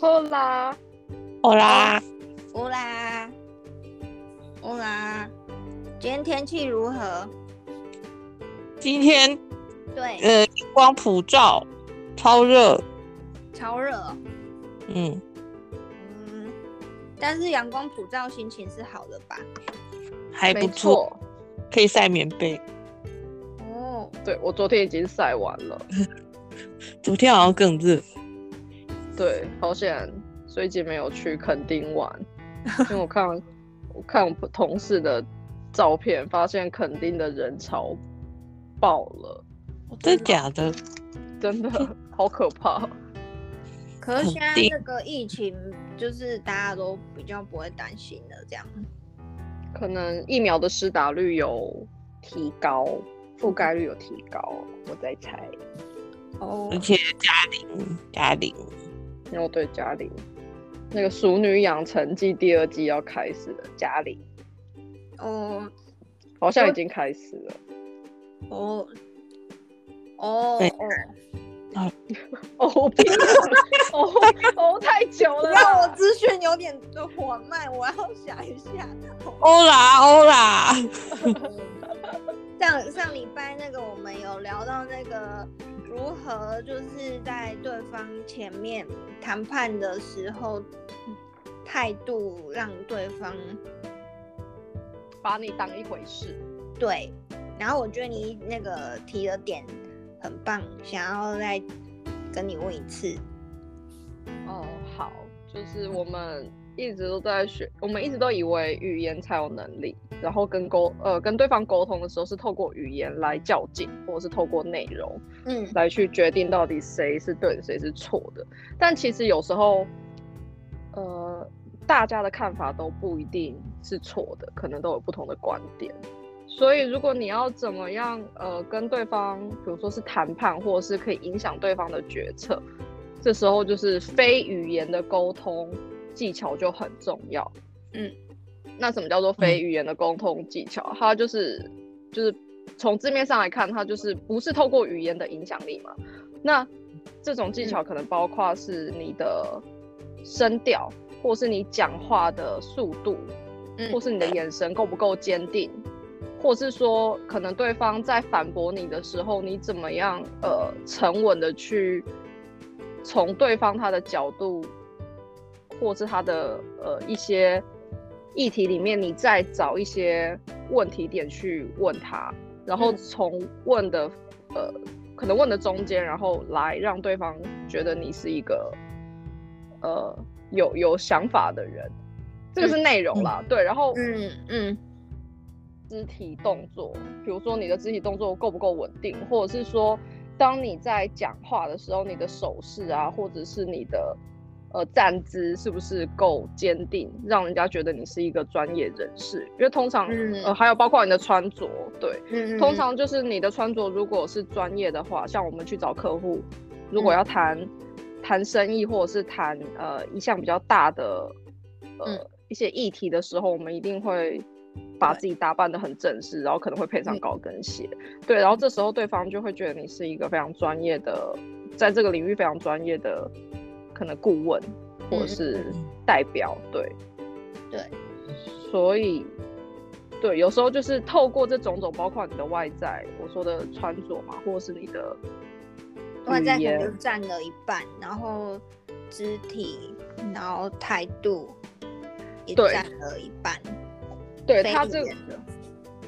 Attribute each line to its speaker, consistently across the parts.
Speaker 1: 后啦，
Speaker 2: 好
Speaker 1: 啊
Speaker 2: 啦，
Speaker 3: 乌拉，乌拉，今天天气如何？
Speaker 2: 今天
Speaker 3: 对，
Speaker 2: 呃阳光普照，超热，
Speaker 3: 超热哦、
Speaker 2: 嗯，
Speaker 3: 嗯，但是阳光普照，心情是好的吧？
Speaker 2: 还不
Speaker 1: 没
Speaker 2: 错，
Speaker 1: 错，
Speaker 2: 可以晒棉被。
Speaker 3: 哦，
Speaker 1: 对我昨天已经晒完了，
Speaker 2: 昨天好像更热，
Speaker 1: 对，好险，最近没有去垦丁玩，因为我看我看我同事的照片，发现垦丁的人潮爆了，
Speaker 2: 真的假的？
Speaker 1: 真的好可怕。
Speaker 3: 可是现在
Speaker 2: 肯定
Speaker 3: 这个疫情，就是大家都比较不会担心了，这样。
Speaker 1: 可能疫苗的施打率有提高，覆盖率有提高，我在猜。
Speaker 3: 哦
Speaker 2: 而且嘉玲，嘉玲，
Speaker 1: 然后对嘉玲，那个《熟女养成记》第二季要开始了，嘉玲
Speaker 3: 哦
Speaker 1: 好像已经开始了。
Speaker 3: 哦哦
Speaker 2: 对
Speaker 3: 哦，
Speaker 1: 哦，别 哦哦，太久了啦。
Speaker 3: 让我资讯有点的缓慢，我要想一下。
Speaker 2: 欧啦欧啦，
Speaker 3: 上上礼拜那个我们有聊到那个如何就是在对方前面谈判的时候态度让对方
Speaker 1: 把你当一回事。
Speaker 3: 对，然后我觉得你那个提的点很棒，想要再跟你问一次。
Speaker 1: 哦，好，就是我们一直都在学，我们一直都以为语言才有能力，然后跟沟呃跟对方沟通的时候是透过语言来较劲，或者是透过内容
Speaker 3: 嗯，
Speaker 1: 来去决定到底谁是对的，谁是错的。但其实有时候，呃，大家的看法都不一定是错的，可能都有不同的观点。所以，如果你要怎么样，呃，跟对方，比如说是谈判，或者是可以影响对方的决策，这时候就是非语言的沟通技巧就很重要。
Speaker 3: 嗯，
Speaker 1: 那什么叫做非语言的沟通技巧？它就是就是从字面上来看，它就是不是透过语言的影响力嘛？那这种技巧可能包括是你的声调，或是你讲话的速度，
Speaker 3: 嗯
Speaker 1: 或是你的眼神够不够坚定，或是说可能对方在反驳你的时候，你怎么样呃沉稳的去从对方他的角度，或是他的呃一些议题里面，你再找一些问题点去问他，然后
Speaker 3: 嗯
Speaker 1: 从问的、呃可能问的中间，然后来让对方觉得你是一个呃有有想法的人，这个是内容啦，对，然后
Speaker 3: 嗯嗯
Speaker 1: 肢体动作，比如说你的肢体动作够不够稳定，或者是说，当你在讲话的时候，你的手势啊，或者是你的呃站姿是不是够坚定，让人家觉得你是一个专业人士。因为通常、
Speaker 3: 嗯
Speaker 1: 呃还有包括你的穿着，对，
Speaker 3: 嗯，
Speaker 1: 通常就是你的穿着如果是专业的话，像我们去找客户，
Speaker 3: 嗯
Speaker 1: 如果要谈谈生意或者是谈呃一项比较大的呃、
Speaker 3: 嗯
Speaker 1: 一些议题的时候，我们一定会把自己打扮的很正式，然后可能会配上
Speaker 3: 嗯
Speaker 1: 高跟鞋，对，然后这时候对方就会觉得你是一个非常专业的，在这个领域非常专业的可能顾问或者
Speaker 3: 嗯
Speaker 1: 是
Speaker 2: 嗯
Speaker 1: 代表，对。
Speaker 3: 对，
Speaker 1: 所以，对，有时候就是透过这种种，包括你的外在，我说的穿着嘛，或者是你的
Speaker 3: 外在
Speaker 1: 语
Speaker 3: 可能就
Speaker 1: 言，
Speaker 3: 占了一半，然后肢体，然后态度也
Speaker 1: 对
Speaker 3: 占了一半。
Speaker 1: 对
Speaker 3: 非
Speaker 1: 他
Speaker 3: 语
Speaker 1: 这，
Speaker 3: 言的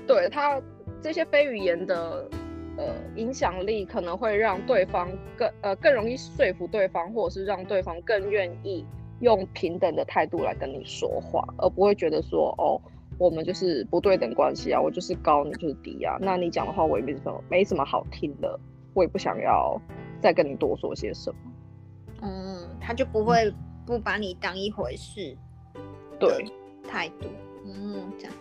Speaker 1: 对他这些非语言的呃影响力，可能会让对方更呃更容易说服对方，或者是让对方更愿意用平等的态度来跟你说话，而不会觉得说哦。我们就是不对等关系啊，我就是高，你就是低啊。那你讲的话，我也没什么没什么好听的，我也不想要再跟你多说些什么。
Speaker 3: 嗯，他就不会不把你当一回事
Speaker 1: 对，
Speaker 3: 态度。嗯，这样。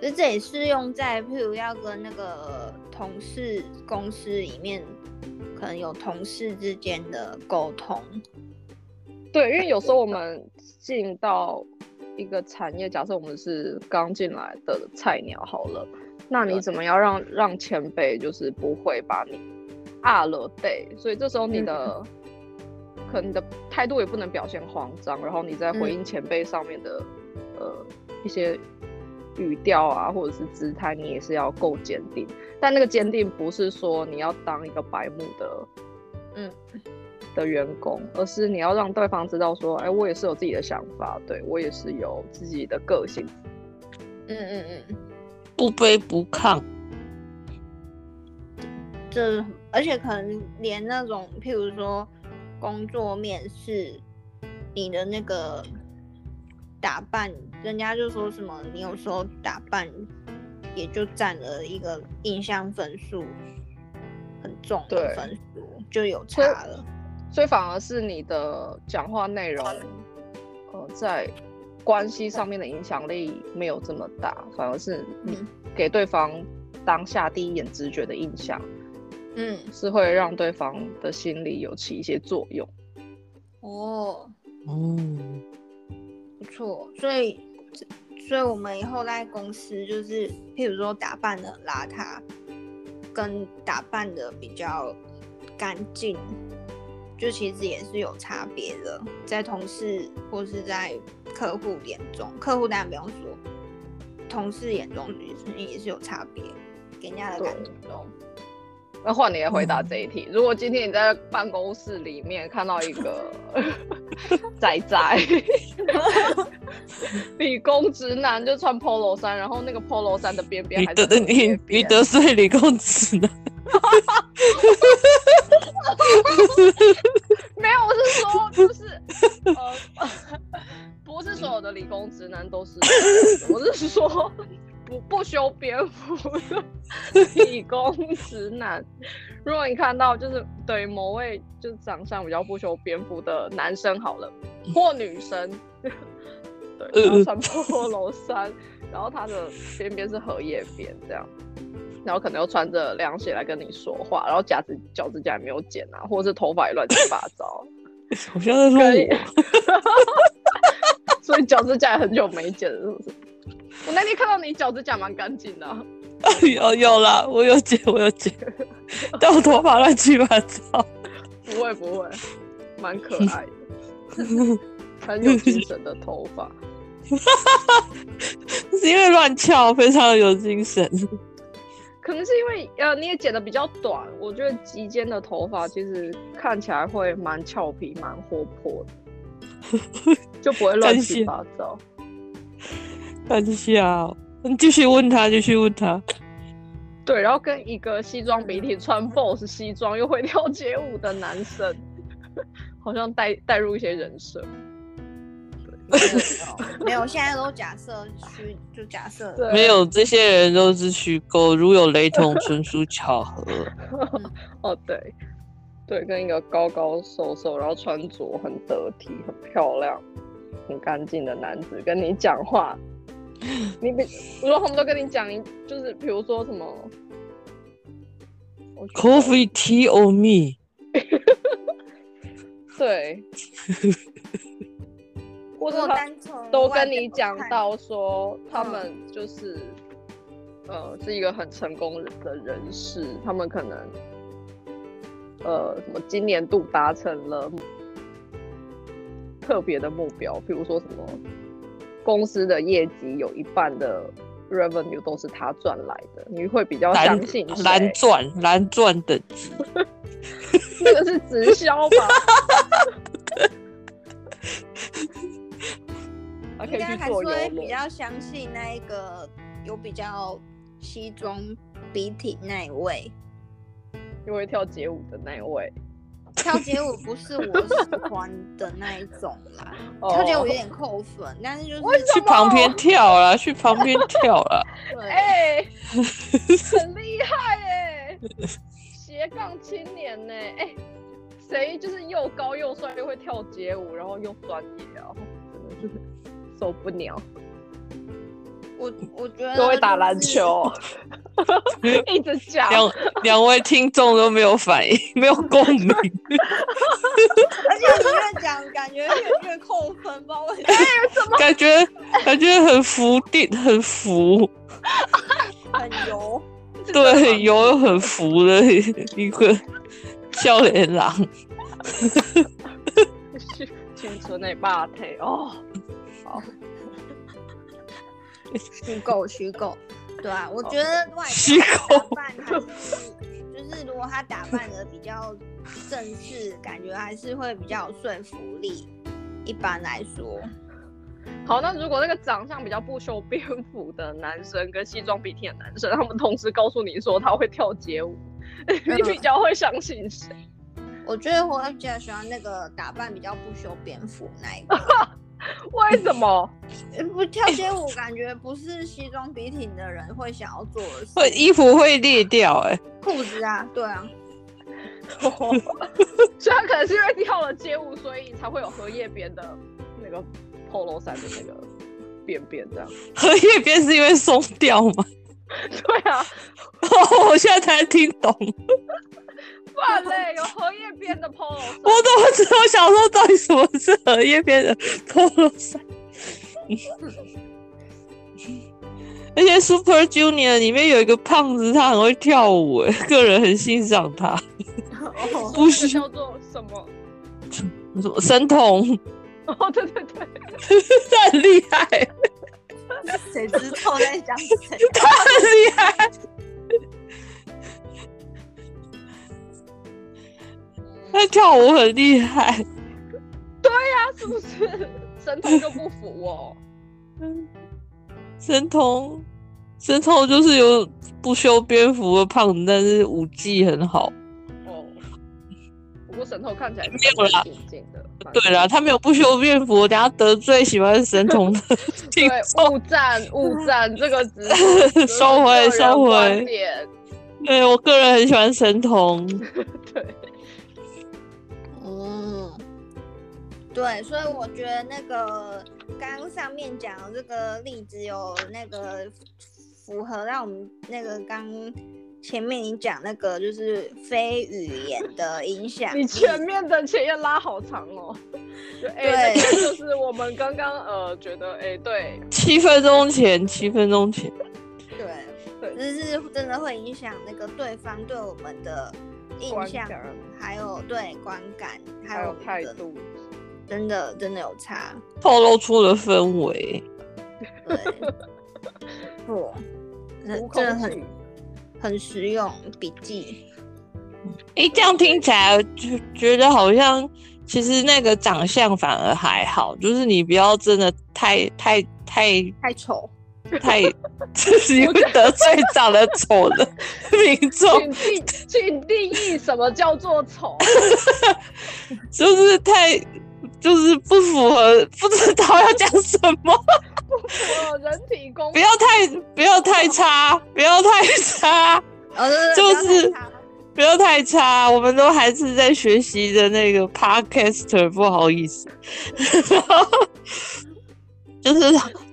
Speaker 3: 所以这也适用在譬如要跟那个同事公司里面，可能有同事之间的沟通。
Speaker 1: 对，因为有时候我们进到一个产业，假设我们是刚进来的菜鸟，好了，那你怎么样让让前辈就是不会把你啊了对？所以这时候你的可能你的态度也不能表现慌张，然后你在
Speaker 3: 嗯
Speaker 1: 回应前辈上面的、呃一些语调啊，或者是姿态，你也是要够坚定。但那个坚定不是说你要当一个白目的，
Speaker 3: 嗯，
Speaker 1: 的员工，而是你要让对方知道说，哎，我也是有自己的想法，对我也是有自己的个性。
Speaker 3: 嗯嗯嗯，
Speaker 2: 不卑不亢，
Speaker 3: 这而且可能连那种譬如说工作面试，你的那个打扮，人家就说什么你有时候打扮也就占了一个印象分数很重的
Speaker 1: 对
Speaker 3: 分数，就有
Speaker 1: 所以
Speaker 3: 差了。
Speaker 1: 所以反而是你的讲话内容，呃，在关系上面的影响力没有这么大，反而是你
Speaker 3: 嗯
Speaker 1: 给对方当下第一眼直觉的印象，
Speaker 3: 嗯，
Speaker 1: 是会让对方的心理有起一些作用。
Speaker 3: 哦，
Speaker 2: 嗯，
Speaker 3: 不错，所以，所以我们以后在公司就是，譬如说打扮的邋遢，跟打扮的比较干净，就其实也是有差别的，在同事或是在客户眼中，客户当然不用说，同事眼中也是也是有差别，给人家的感觉都，
Speaker 1: 那换你来回答这一题。如果今天你在办公室里面看到一个仔仔，理工直男就穿 polo 衫，然后那个 polo 衫的边边
Speaker 2: 你
Speaker 1: 还是
Speaker 2: 得
Speaker 1: 蝴蝶
Speaker 2: 你你
Speaker 1: 边
Speaker 2: 得罪理工直男，
Speaker 1: 没有，我是说，就是呃，不是所有的理工直男都是，我是说不不修边幅的理工直男。如果你看到就是对某位就是长相比较不修边幅的男生好了，或女生，对，然后穿 polo 衫，然后他的边边是荷叶边这样。然后可能又穿着凉鞋来跟你说话，然后夹子脚趾甲也没有剪啊，或者是头发也乱七八糟，
Speaker 2: 好像在说
Speaker 1: 可以
Speaker 2: 我。
Speaker 1: 所以脚趾甲也很久没剪了，是不是？我那天看到你脚趾甲蛮干净的啊、
Speaker 2: 有哎有啦，我有剪，我有 剪，但我头发乱七八糟。
Speaker 1: 不会不会，蛮可爱的，很有精神的头发。
Speaker 2: 是因为乱翘，非常有精神。
Speaker 1: 可能是因为呃你也剪的比较短，我觉得及肩的头发其实看起来会蛮俏皮、蛮活泼的，就不会乱七八糟。
Speaker 2: 看一下、哦，你继续问他，继续问他。
Speaker 1: 对，然后跟一个西装笔挺、穿 BOSS 西装又会跳街舞的男生，好像带带入一些人设。
Speaker 3: 没有，没有，现在都假设虚，就假设
Speaker 1: 对
Speaker 2: 没有，这些人都是虚构，如有雷同，纯属巧合。
Speaker 1: 哦，对，对，跟一个高高瘦瘦，然后穿着很得体、很漂亮、很干净的男子跟你讲话，你比如果他们都跟你讲一，就是比如说什么，我去
Speaker 2: Coffee, tea or me？
Speaker 1: 对，或
Speaker 3: 如
Speaker 1: 者
Speaker 3: 果
Speaker 1: 他
Speaker 3: 单从
Speaker 1: 都
Speaker 3: 外
Speaker 1: 跟你
Speaker 3: 表
Speaker 1: 讲
Speaker 3: 看嗯
Speaker 1: 到说他们就是。呃，是一个很成功的人士，他们可能，呃，什么今年度达成了特别的目标，比如说什么公司的业绩有一半的 revenue 都是他赚来的，你会比较
Speaker 2: 蓝
Speaker 1: 相信谁
Speaker 2: 蓝钻，蓝钻等级。
Speaker 1: 那个是直销吧？还可
Speaker 3: 应
Speaker 1: 以
Speaker 3: 该
Speaker 1: 去
Speaker 3: 还是
Speaker 1: 坐游
Speaker 3: 会比
Speaker 1: 轮，
Speaker 3: 较相信那一个有比较西装笔挺那一位。
Speaker 1: 因为跳街舞的那一位。
Speaker 3: 跳街舞不是我喜欢的那一种啦，
Speaker 1: 哦
Speaker 3: 跳街舞有点扣分，但是就是
Speaker 2: 去旁边跳 啦，去旁边跳啦。
Speaker 3: 对
Speaker 1: 哎、很厉害哎、斜杠青年呢、哎、谁就是又高又帅又会跳街舞，然后又专业啊，真的是 受不了，
Speaker 3: 我我觉得
Speaker 1: 又会打
Speaker 3: 呃就是
Speaker 1: 篮 球，一直讲。
Speaker 2: 两两位听众都没有反应， 没有共 鸣。
Speaker 3: 而且你越讲感觉越越扣分，不知道为什么
Speaker 2: 感觉感觉很浮定，很浮，
Speaker 3: 很油。
Speaker 2: 对，有又 很浮的一个笑脸狼。
Speaker 1: 村内霸体哦，
Speaker 3: 虚构虚构，对啊，我觉得外
Speaker 2: 哦虚
Speaker 3: 表
Speaker 2: 构
Speaker 3: 打扮还是，就是如果他打扮的比较正式，感觉还是会比较有说服力。一般来说，
Speaker 1: 好，那如果那个长相比较不修边幅的男生跟西装笔挺的男生，他们同时告诉你说他会跳街舞，
Speaker 3: 嗯
Speaker 1: 你比较会相信谁？
Speaker 3: 我觉得我会比较喜欢那个打扮比较不修边幅那一 个。
Speaker 1: 为什么？
Speaker 3: 不跳
Speaker 2: 哎
Speaker 3: 街舞，感觉不是西装笔挺的人会想要做的事。
Speaker 2: 会 衣服会裂掉哎、
Speaker 3: 裤子啊，对啊，
Speaker 1: 虽然可能是因为跳了街舞，所以才会有荷叶边的那个 polo 衫的那个边边这样。
Speaker 2: 荷叶边是因为松掉吗？
Speaker 1: 对啊，
Speaker 2: 哦， 我现在才听懂，我
Speaker 1: 不然嘞，有荷叶边的 polo 衫。
Speaker 2: 怎么知道？ 我想说到底什么是荷叶边的 polo 衫？而且 Super Junior 里面有一个胖子，他很会跳舞、哎，个人很欣赏他。
Speaker 3: 哦，
Speaker 2: 不
Speaker 1: 那个
Speaker 2: 是
Speaker 1: 叫做什么？
Speaker 2: 什么神童，
Speaker 1: 哦，对对对，
Speaker 2: 他很厉害，
Speaker 3: 谁知道在讲谁？啊
Speaker 2: 他很厉害，他跳舞很厉害。
Speaker 1: 他是不是神童就不服哦？
Speaker 2: 神童，神童就是有不修边幅的胖子，但是舞技很好。
Speaker 1: 哦，不过神童看起来
Speaker 2: 没有啦
Speaker 1: 挺静的。蛮
Speaker 2: 对啦，他没有不修边幅，我等下得罪喜欢神童的听
Speaker 1: 对，
Speaker 2: 众。
Speaker 1: 误战误战这个词 只是
Speaker 2: 收回
Speaker 1: 个人
Speaker 2: 收回
Speaker 1: 观点
Speaker 2: 对我个人很喜欢神童，
Speaker 3: 嗯，对，所以我觉得那个刚刚上面讲的这个例子有那个符合到我们那个刚前面你讲那个就是非语言的影响力
Speaker 1: 你。前面的前言拉好长哦。就哎，那
Speaker 3: 对
Speaker 1: 个就是我们刚刚呃觉得哎，对
Speaker 2: 七分钟前，七分钟前，
Speaker 3: 对，
Speaker 1: 对
Speaker 3: 就是真的会影响那个对方对我们的印
Speaker 1: 观
Speaker 3: 象
Speaker 1: 感，
Speaker 3: 还有对观感，还
Speaker 1: 还
Speaker 3: 有
Speaker 1: 有
Speaker 3: 我们
Speaker 1: 态
Speaker 3: 的，
Speaker 1: 度，
Speaker 3: 真的真的有差。
Speaker 2: 透露出了氛围。
Speaker 3: 对， 不，那
Speaker 1: 无
Speaker 3: 真的
Speaker 1: 孔
Speaker 3: 很
Speaker 1: 取
Speaker 3: 很实用笔记。
Speaker 2: 诶、这样听起来就觉得好像，其实那个长相反而还好，就是你不要真的太太太
Speaker 3: 太丑，
Speaker 2: 太，就是因为得罪长得丑的 民众，
Speaker 1: 请定请定义什么叫做丑？
Speaker 2: 就是太就是不符合，不知道要讲什么，
Speaker 1: 我人体工
Speaker 2: 不要太不要太差，不要太差，
Speaker 3: 哦，对对对
Speaker 2: 就是
Speaker 3: 不要太差
Speaker 2: 不要太差，我们都还是在学习的那个 podcaster，不好意思， 然后就是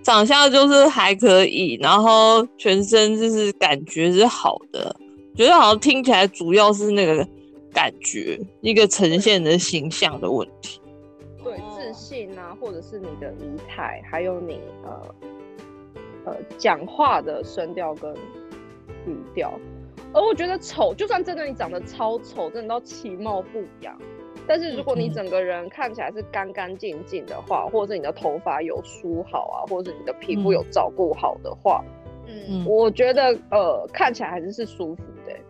Speaker 2: 长相就是还可以，然后全身就是感觉是好的，觉得好像听起来主要是那个感觉，一个呈现的形象的问题。
Speaker 1: 对
Speaker 3: 哦
Speaker 1: 自信啊，或者是你的仪态，还有你呃呃讲话的声调跟语调。而我觉得丑，就算真的你长得超丑，真的到其貌不扬，但是如果你
Speaker 2: 嗯
Speaker 1: 整个人看起来是干干净净的话，或者是你的头发有梳好啊，或者是你的皮肤
Speaker 2: 嗯
Speaker 1: 有照顾好的话，
Speaker 3: 嗯
Speaker 2: 嗯
Speaker 1: 我觉得呃看起来还是是舒服的欸、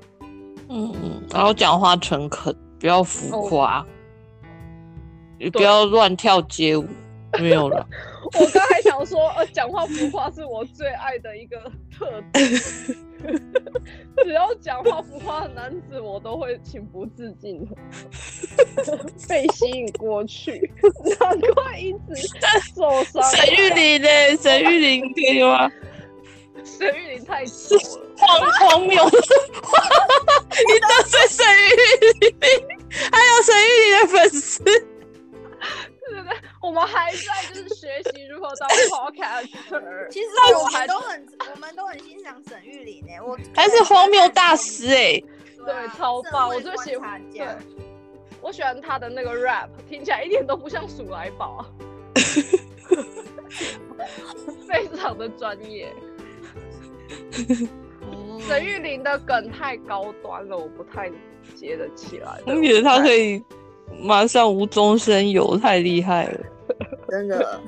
Speaker 2: 嗯，嗯，然后讲话诚恳，不要浮
Speaker 1: 哦
Speaker 2: 夸，也不
Speaker 1: 对
Speaker 2: 要乱跳街舞，没有 了。
Speaker 1: 我刚才想说，呃，讲话浮夸是我最爱的一个特 点。只要讲话浮夸的男子，我都会情不自禁的 被吸引过去，难怪因此受伤。
Speaker 2: 沈玉琳呢？沈玉琳可以 吗？
Speaker 1: 沈玉琳太丑了，
Speaker 2: 荒荒谬！你得罪沈玉琳，还有沈玉琳的粉丝，
Speaker 1: 对不对？我们还在就是学习如何当 podcaster。
Speaker 3: 其实
Speaker 1: 那我
Speaker 3: 我
Speaker 1: 还
Speaker 3: 们都很，我们都很欣赏沈玉琳诶、我
Speaker 2: 还是荒谬大师哎、
Speaker 3: 啊
Speaker 1: 对超棒我最喜
Speaker 3: 欢。
Speaker 1: 对，我喜欢他的那个 rap，听起来一点都不像鼠来 宝，非常的专业。沈玉琳的梗太高端了，我不太接得起来。
Speaker 2: 我觉得他可以马上无中生有，太厉害了。
Speaker 3: 真 的，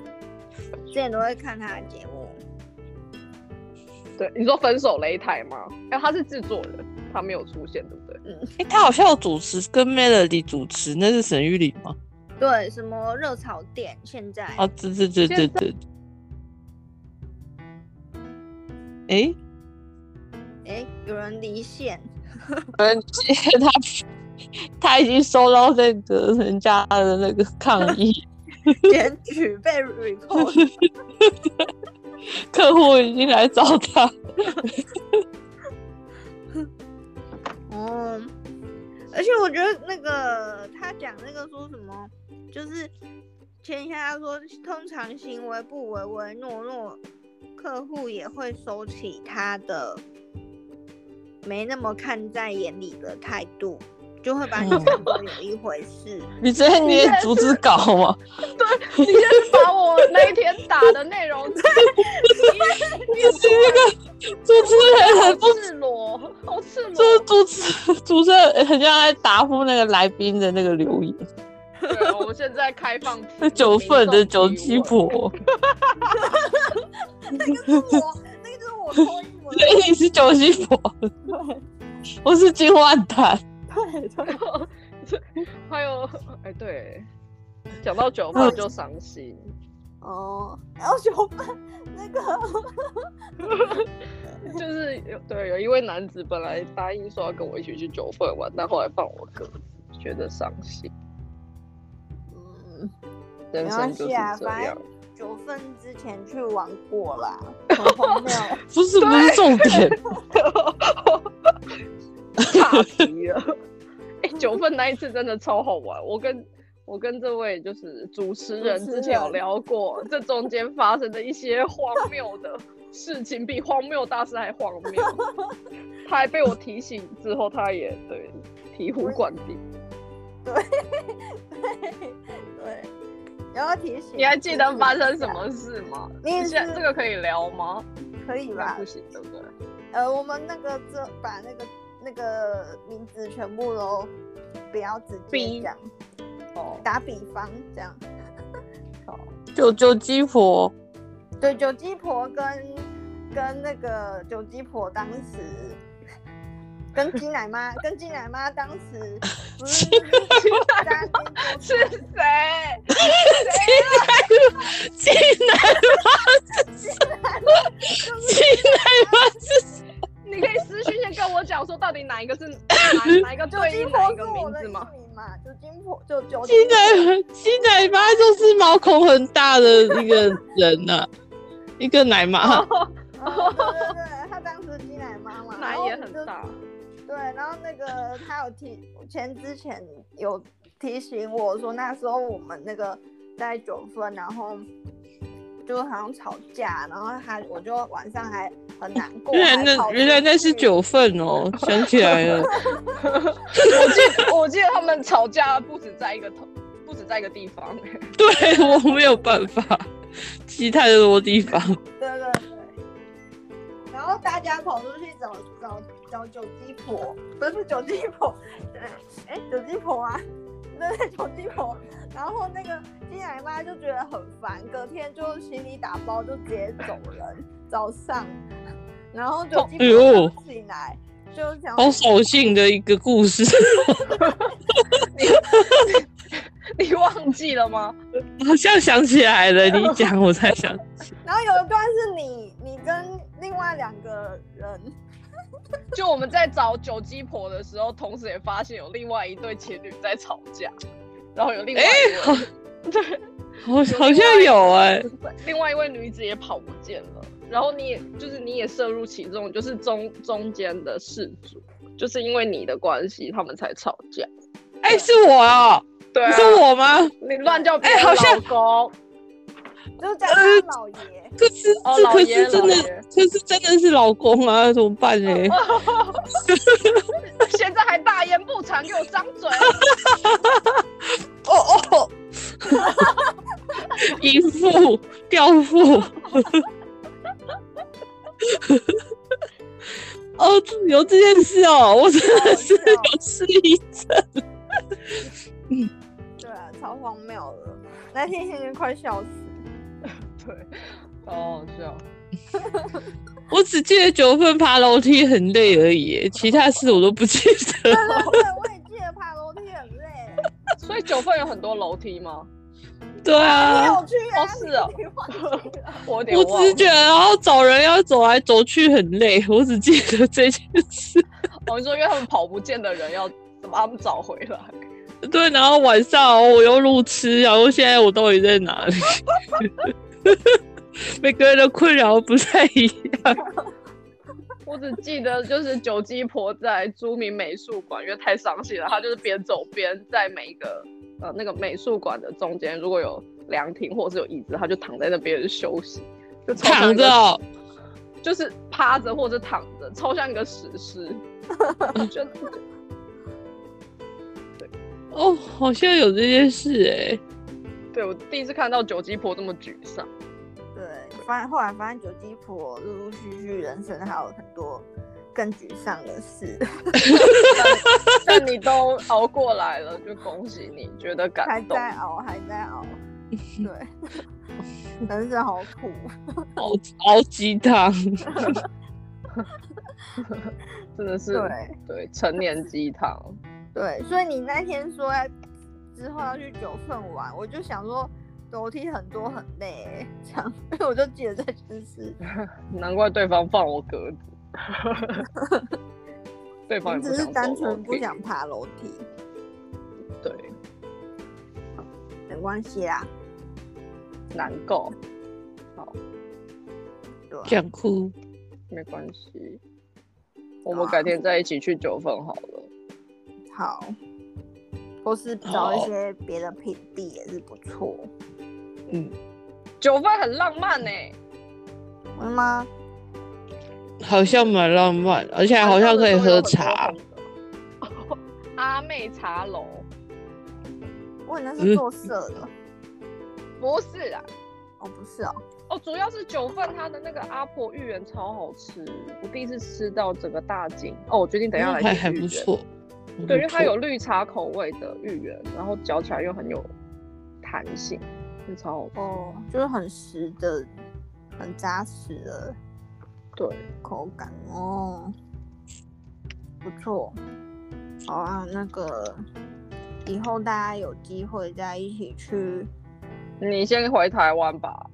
Speaker 3: 之前都会看他的节目，
Speaker 1: 对，你说分手擂台吗？哎，他是制作人，他没有出现，对不对？
Speaker 2: 哎、他好像有主持跟 Melody 主持，那是沈玉琳吗？
Speaker 3: 对，什么热炒店现在
Speaker 2: 啊，对对对对对。哎、
Speaker 3: 哎、有人离线，
Speaker 2: 他他已经收到那个人家的那个抗议，
Speaker 3: 检举被 report，
Speaker 2: 客户已经来找他。
Speaker 3: 哦，而且我觉得那个他讲那个说什么，就是前一下他说，通常行为不唯唯诺诺，客户也会收起他的没那么看在眼里的态度，就会把你
Speaker 2: 嗯
Speaker 3: 当做有一回 事。
Speaker 2: 你直接念逐字稿吗？
Speaker 1: 你先把我那一天打的 内容
Speaker 2: 就是那个主持人很不
Speaker 1: 好赤裸，好赤裸，
Speaker 2: 就是主持主持人很像在答复那个来宾的那个留言，
Speaker 1: 对，我们现在开放提
Speaker 2: 那
Speaker 1: 问
Speaker 2: 九份的九七，
Speaker 1: 民众提问
Speaker 2: 婆，
Speaker 3: 就是我，那个就是我脱衣服的
Speaker 2: 对， 你是九七婆，我是金万丹，
Speaker 1: 还有，哎，对，讲到九份就伤心，
Speaker 3: 哦， 然后小笨那个，
Speaker 1: 就是有对有一位男子本来答应说要跟我一起去九份玩，但后来放我鸽子，觉得伤心。
Speaker 3: 嗯，
Speaker 1: 人
Speaker 3: 没
Speaker 1: 生
Speaker 3: 关
Speaker 1: 就是
Speaker 3: 系啊，
Speaker 1: 这
Speaker 3: 反
Speaker 1: 样
Speaker 3: 正。九份之前去玩过 啦，很荒谬。
Speaker 2: 不是不是重点，
Speaker 1: 岔题了。哎、九份那一次真的超好玩，我跟我跟这位就是主持人之前有聊过，这中间发生的一些荒谬的事情，比荒谬大师还荒谬。他还被我提醒之后，他也对醍醐灌顶。
Speaker 3: 对，然后提醒
Speaker 1: 你还记得发生什？么事吗？
Speaker 3: 你也
Speaker 1: 现
Speaker 3: 是
Speaker 1: 在这个可以聊吗？
Speaker 3: 可以
Speaker 1: 应该
Speaker 3: 吧
Speaker 1: 不？行，对不对？
Speaker 3: 呃，我们那个这把那个那个名字全部都不要直接
Speaker 1: 逼
Speaker 3: 讲，
Speaker 1: 哦，
Speaker 3: 打比方这样。
Speaker 2: 九九七婆，
Speaker 3: 对，九鸡婆跟跟那个九鸡婆当时。跟金奶妈，跟金奶妈当时不是大 家
Speaker 1: 是谁？
Speaker 2: 进来吧，进来吧，是
Speaker 1: 你可以私讯先跟我讲，说到底哪一个是哪哪一个
Speaker 3: 九
Speaker 1: 对
Speaker 3: 鸡
Speaker 1: 应哪
Speaker 3: 婆
Speaker 1: 一
Speaker 3: 是
Speaker 1: 个
Speaker 3: 我
Speaker 1: 名
Speaker 3: 的
Speaker 1: 字
Speaker 3: 艺
Speaker 1: 吗？
Speaker 3: 名嘛？九鸡婆就九鸡
Speaker 2: 进来吧，进来吧，就是毛孔很大的一个人呐、一个奶妈，
Speaker 3: 婆，哦对对对，她当时金奶妈嘛，然
Speaker 1: 奶
Speaker 3: 后
Speaker 1: 也
Speaker 3: 我们
Speaker 1: 很
Speaker 3: 就
Speaker 1: 大。
Speaker 3: 对，然后那个他有提前之前有提醒我说，那时候我们那个在九份，然后就好像吵架，然后他我就晚上还很难过。
Speaker 2: 原来
Speaker 3: 还跑
Speaker 2: 那
Speaker 3: 出
Speaker 2: 原来那是
Speaker 3: 去，
Speaker 2: 九份 哦，想起来了，
Speaker 1: 我记得我记得他们吵架不止在一个头，不止在一个地方。
Speaker 2: 对我没有办法，其他的多地方，
Speaker 3: 对对对。然后大家跑出去找找找九鸡婆，不是九鸡婆， 哎、九鸡婆啊， 对对九鸡婆。然后那个金奶妈就觉得很烦，隔天就行李打包就直接走人。早上，然后九鸡
Speaker 2: 哎呦哦
Speaker 3: 婆刚醒来就想
Speaker 2: 好扫兴的一个故事，
Speaker 1: 你忘记了吗？
Speaker 2: 好像想起来了，你讲我才想，
Speaker 3: 然后有一段是你你跟另外两个人，
Speaker 1: 就我们在找九鸡婆的时候，同时也发现有另外一对情侣在吵架，然后有另外一位、
Speaker 2: 好好像有哎、
Speaker 1: 另外一位女子也跑不见了，然后你也就是你也涉入其中，就是中中间的事主，就是因为你的关系，他们才吵架。
Speaker 2: 哎、是我哦，
Speaker 1: 对啊
Speaker 2: 是，我吗？
Speaker 1: 你乱叫别人
Speaker 2: 哎好像
Speaker 1: 老公，
Speaker 3: 就讲他老爷，
Speaker 2: 可是
Speaker 1: 哦
Speaker 2: 这
Speaker 1: 老
Speaker 2: 可
Speaker 1: 爷
Speaker 2: 是真
Speaker 1: 老爷
Speaker 2: 的，可是真的是老公啊，怎么办呢？
Speaker 1: 现在还大言不惭，给我张 嘴！
Speaker 2: 哦哦，淫妇掉妇。 哦，有这件事哦，我真的 是
Speaker 3: 哦是哦
Speaker 2: 有失忆症。
Speaker 3: 对啊，超荒谬的。那天天天快笑死。
Speaker 1: 对，好好笑。
Speaker 2: 我只记得九份爬楼梯很累而已，其他事我都不记得。
Speaker 3: 对对对，我也记得爬楼梯很累，
Speaker 1: 所以九份有很多楼梯吗？
Speaker 2: 对
Speaker 3: 你
Speaker 2: 啊，
Speaker 3: 有去啊？
Speaker 1: 哦是哦
Speaker 3: 你忘记了
Speaker 1: 我有点
Speaker 2: 我只
Speaker 1: 忘
Speaker 2: 是
Speaker 1: 了。
Speaker 2: 觉得，然后找人要走来走去很累，我只记得这件事。
Speaker 1: 我哦说因为他们跑不见的人要把他们找回来。
Speaker 2: 对，然后晚上哦我又路痴，然后现在我到底在哪里？ 每个人的困扰不太一样。
Speaker 1: 我只记得就是九鸡婆在朱明美术馆，因为太伤心了，她就是边走边在每一个呃那个美术馆的中间，如果有凉亭或者是有椅子，她就躺在那边休息，就超像一
Speaker 2: 躺
Speaker 1: 个
Speaker 2: 着、哦，
Speaker 1: 就是趴着或者躺着，超像一个史 诗。就
Speaker 2: 哦，好像有这件事哎、
Speaker 1: 对我第一次看到九鸡婆这么沮 丧，
Speaker 3: 对，发现后来发现九基婆陆陆续续人生还有很多更沮丧的事，
Speaker 1: 但你都熬过来了，就恭喜你，觉得
Speaker 3: 还
Speaker 1: 感动。
Speaker 3: 在熬，还在 熬。对，人生好苦。
Speaker 2: 熬熬鸡汤。
Speaker 1: 真的是
Speaker 3: 对
Speaker 1: 对成年鸡汤，
Speaker 3: 对，所以你那天说要之后要去九份玩，我就想说楼梯很多很累、欸，这样， 因为我就记得这件事。
Speaker 1: 难怪对方放我 鸽子。对方也
Speaker 3: 你
Speaker 1: 不
Speaker 3: 只是
Speaker 1: 想
Speaker 3: 单
Speaker 1: 走楼
Speaker 3: 纯不
Speaker 1: 梯
Speaker 3: 想爬楼梯，
Speaker 1: 对
Speaker 3: 没关系啊。
Speaker 1: 难够
Speaker 3: 对啊，
Speaker 2: 想哭。
Speaker 1: 没关系，我们改天再一起去九份好了。
Speaker 3: 好，或是找一
Speaker 2: 好
Speaker 3: 些别的品地也是不错，
Speaker 2: 嗯，
Speaker 1: 九份很浪漫欸呢、
Speaker 3: 是吗？
Speaker 2: 好像蛮浪漫，而且哎好像可以喝
Speaker 1: 啊
Speaker 2: 茶。
Speaker 1: 哦阿妹茶楼
Speaker 3: 我那
Speaker 2: 嗯
Speaker 3: 是做色的，
Speaker 1: 不是啦，
Speaker 3: 哦，不是哦，
Speaker 1: 哦，主要是九份它的那个阿婆芋圆超好吃，我第一次吃到整个大井。哦，我决定等一下来
Speaker 2: 还
Speaker 1: 点
Speaker 2: 还
Speaker 1: 芋
Speaker 2: 不
Speaker 1: 圆
Speaker 2: 错。
Speaker 1: 对，因为它有绿茶口味的芋圆，然后嚼起来又很有弹性，是超好吃。
Speaker 3: 哦，就是很实的，很扎实的
Speaker 1: 对，
Speaker 3: 口感哦，不错。好啊，那个以后大家有机会再一起去。
Speaker 1: 你先回台湾吧。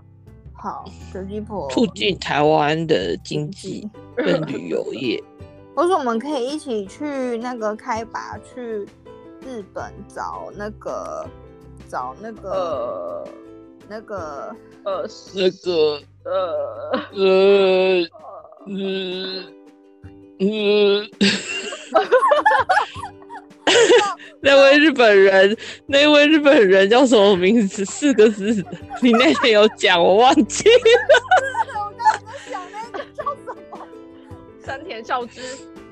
Speaker 3: 好，九鸡婆
Speaker 2: 促进台湾的经济。跟旅游业。
Speaker 3: 或是我们可以一起去那个开拔去日本找那个找那个、
Speaker 1: 呃
Speaker 3: 那个
Speaker 1: 呃
Speaker 2: 那个
Speaker 1: 呃，
Speaker 2: 呃嗯嗯， 那位日本人，那位日本人叫什么名字？四个字，你那天有讲，我忘记。
Speaker 3: 我刚才在想那个叫什么
Speaker 1: 山田孝之，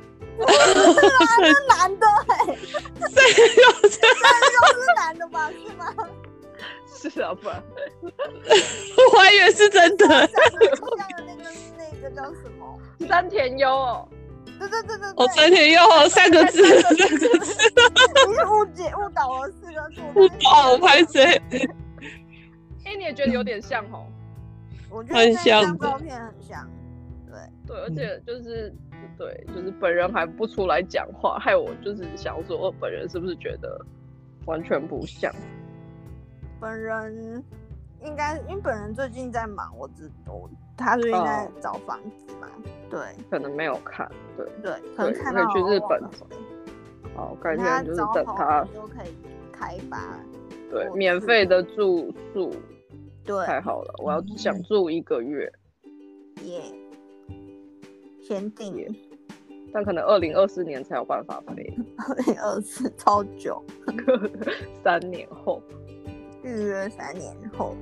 Speaker 3: 男的、欸，
Speaker 2: 对，哦就是
Speaker 3: 是男的吧？是吗？
Speaker 1: 是啊，不然
Speaker 2: 我还以为是真的。
Speaker 3: 像的 像的那个那个叫什么？
Speaker 1: 山田优哦，
Speaker 3: 对对对对对，
Speaker 2: 我昨天又哦三个字，三个字，
Speaker 3: 你是误解误导了四个字，
Speaker 2: 不哦好，我拍谁？
Speaker 1: 哎、你也觉得有点像哦。
Speaker 3: 我觉得
Speaker 2: 很
Speaker 3: 那张
Speaker 2: 像的
Speaker 3: 照片很像，对，
Speaker 1: 对，而
Speaker 2: 嗯
Speaker 1: 且就是对，就是本人还不出来讲话，害我就是想说，我本人是不是觉得完全不像？
Speaker 3: 本人应该因为本人最近在忙，我知我他最近在
Speaker 1: 哦
Speaker 3: 找房子嘛，对
Speaker 1: 可能没有看，对，
Speaker 3: 对，可能
Speaker 1: 对
Speaker 3: 看
Speaker 1: 可以
Speaker 3: 到
Speaker 1: 去日
Speaker 3: 我忘
Speaker 1: 本
Speaker 3: 了
Speaker 1: 好，改
Speaker 3: 等他
Speaker 1: 天就是
Speaker 3: 找
Speaker 1: 等
Speaker 3: 好
Speaker 1: 他
Speaker 3: 我们就可以开吧，
Speaker 1: 对
Speaker 3: 我
Speaker 1: 免
Speaker 3: 是
Speaker 1: 费的住宿，
Speaker 3: 对
Speaker 1: 太好了，我要
Speaker 2: 嗯
Speaker 1: 想住一个月，
Speaker 3: 耶，先定
Speaker 1: 耶但可能二零二四年才有办法飞，
Speaker 3: 二零二四超久，
Speaker 1: 三年 后。
Speaker 3: 预约三年后。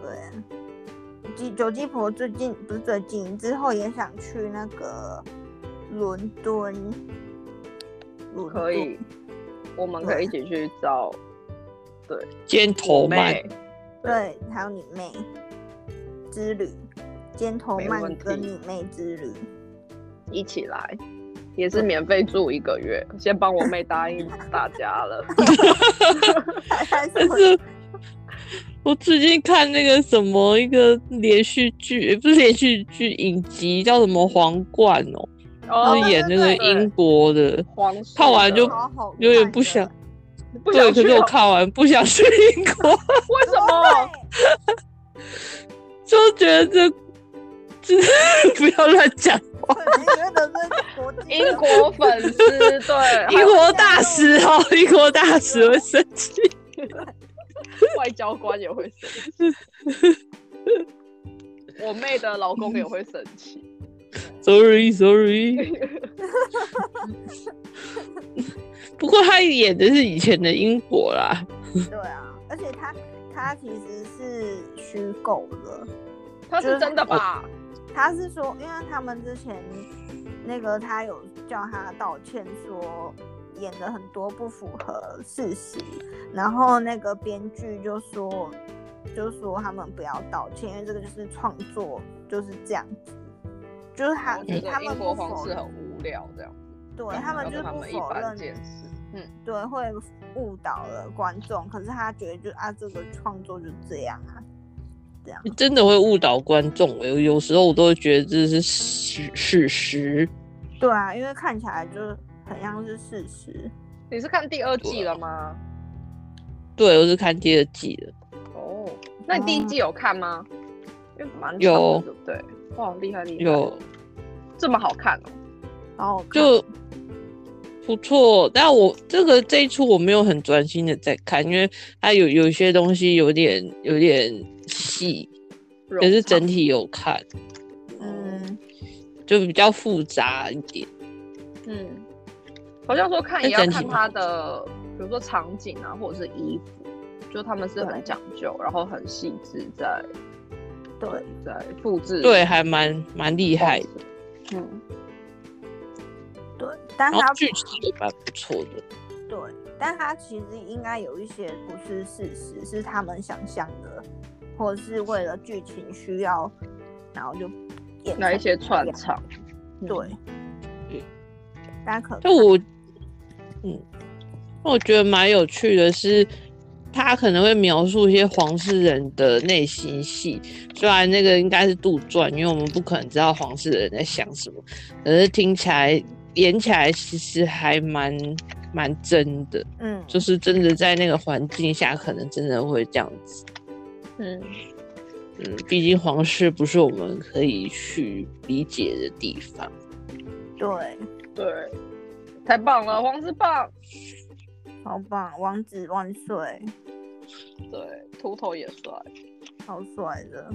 Speaker 3: 对，鸡九鸡婆最近不是最近之后也想去那个伦敦，伦敦
Speaker 1: 可以，我们可以一起去 找
Speaker 2: 尖头曼
Speaker 1: 妹，
Speaker 3: 对，还有你妹之旅，尖头
Speaker 1: 没
Speaker 3: 曼
Speaker 1: 问
Speaker 3: 跟
Speaker 1: 题
Speaker 3: 你妹之 旅。
Speaker 1: 一起来，也是免费住一 个月。先帮我妹答应大家了，
Speaker 3: 还
Speaker 2: 但
Speaker 3: 是
Speaker 2: 是我最近看那个什么一个连续剧，也不是连续剧影集，叫什么皇冠哦，
Speaker 3: 哦
Speaker 2: 就是演那个
Speaker 3: 对对对
Speaker 2: 英国的，
Speaker 1: 黄色的
Speaker 2: 看完就
Speaker 3: 好好看
Speaker 2: 有点不
Speaker 3: 的
Speaker 2: 想。
Speaker 1: 不
Speaker 2: 对，
Speaker 1: 想
Speaker 2: 可
Speaker 1: 去哦
Speaker 2: 是我
Speaker 1: 了，
Speaker 2: 看完不想去英国，
Speaker 1: 为什么？
Speaker 3: 对
Speaker 2: 就觉得这 这不要乱讲，
Speaker 3: 可能因为都是 国际的
Speaker 1: 英国粉丝 对
Speaker 2: 英国大使哦，英国大使会生气。
Speaker 1: 外交官也会生气，我妹的老公也会生气。
Speaker 2: Sorry, Sorry 。不过他演的是以前的英国啦，
Speaker 3: 对啊，而且它它其实是虚构的，
Speaker 1: 他是真的吧？
Speaker 3: 他是说，因为他们之前那个他有叫他道歉，说演的很多不符合事实，然后那个编剧就说就说他们不要道歉，因为这个就是创作就是这样子，就是他
Speaker 1: 我觉
Speaker 3: 他
Speaker 1: 得
Speaker 3: 们
Speaker 1: 英国
Speaker 3: 不
Speaker 1: 皇
Speaker 3: 否
Speaker 1: 室很无聊，这样子。
Speaker 3: 对他们
Speaker 1: 要
Speaker 3: 就
Speaker 1: 跟
Speaker 3: 是
Speaker 1: 他
Speaker 3: 不
Speaker 1: 们一
Speaker 3: 否
Speaker 1: 般见
Speaker 3: 认欸
Speaker 1: 识。嗯，
Speaker 3: 对，会误导了观众。可是他觉得就啊，这个创作就这样啊，这样。
Speaker 2: 真的会误导观众、欸。有时候我都会觉得这是事事实。
Speaker 3: 对啊，因为看起来就是很像是事实。
Speaker 1: 你是看第二季了吗？
Speaker 2: 对，我是看第二季的，
Speaker 3: 啊
Speaker 1: 哦，那你第一季有看吗？
Speaker 3: 哦
Speaker 1: 因为蛮长
Speaker 2: 有
Speaker 1: 的，对不对？哇，厉害厉害！
Speaker 2: 有
Speaker 1: 这么好看哦？
Speaker 3: 然后就
Speaker 2: 就不错。但我这个这一出我没有很专心的在看，因为它有有些东西有点有点细，可是整体有看，
Speaker 3: 嗯，
Speaker 2: 就比较复杂一点。
Speaker 1: 嗯，好像说看
Speaker 2: 那
Speaker 1: 也要
Speaker 2: 整
Speaker 1: 看
Speaker 2: 体
Speaker 1: 它的，比如说场景啊，或者是衣服，就他们是很
Speaker 3: 对
Speaker 1: 讲究，然后很细致在
Speaker 3: 对，
Speaker 1: 在复制。
Speaker 2: 对，还蛮蛮厉
Speaker 1: 哦
Speaker 2: 害的。。
Speaker 1: 嗯，
Speaker 3: 对，但
Speaker 2: 然后
Speaker 3: 他
Speaker 2: 剧情也蛮不错的。
Speaker 3: 对，但他其实应该有一些不是事实，是他们想象的，或者是为了剧情需要，然后就演
Speaker 1: 那一
Speaker 3: 成
Speaker 1: 些
Speaker 3: 这
Speaker 1: 串
Speaker 3: 样
Speaker 1: 场，嗯
Speaker 3: 对，
Speaker 2: 嗯
Speaker 3: 大家可
Speaker 2: 就我，嗯，我觉得蛮有趣的是，他可能会描述一些皇室人的内心戏，虽然那个应该是杜撰，因为我们不可能知道皇室人在想什么，可是听起来演起来其实还蛮蛮真的，
Speaker 3: 嗯，
Speaker 2: 就是真的在那个环境下，可能真的会这样子。
Speaker 1: 嗯，
Speaker 2: 嗯，毕竟皇室不是我们可以去理解的地方。
Speaker 3: 对，
Speaker 1: 对，太棒了，黄之棒，
Speaker 3: 好棒，王子万岁。
Speaker 1: 对，秃头也帅，
Speaker 3: 超帅的。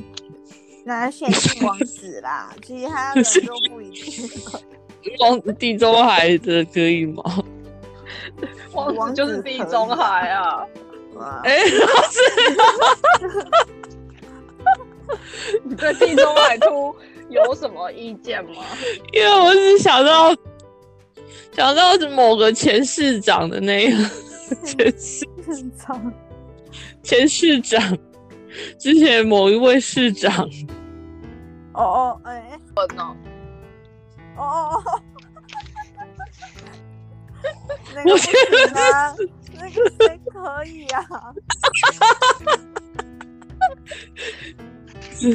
Speaker 3: 那限定王子啦，其实他人就不一定。
Speaker 2: 光地中海的可以吗？
Speaker 1: 王
Speaker 3: 王
Speaker 1: 子就是
Speaker 3: 子
Speaker 1: 地
Speaker 3: 可以
Speaker 1: 中
Speaker 3: 啊
Speaker 1: 海啊，
Speaker 3: 哇
Speaker 2: 哎、老师。
Speaker 1: 你对地中海秃有什么意见吗？
Speaker 2: 因为我只想到想到某个前市长的那个前市
Speaker 3: 很超
Speaker 2: 前市长，之前某一位市长，
Speaker 3: 哦哦，哎，
Speaker 1: 笨哦，
Speaker 3: 哦哦哦。那个
Speaker 2: 我
Speaker 3: 不
Speaker 2: 觉
Speaker 3: 行啊，那个谁可以啊？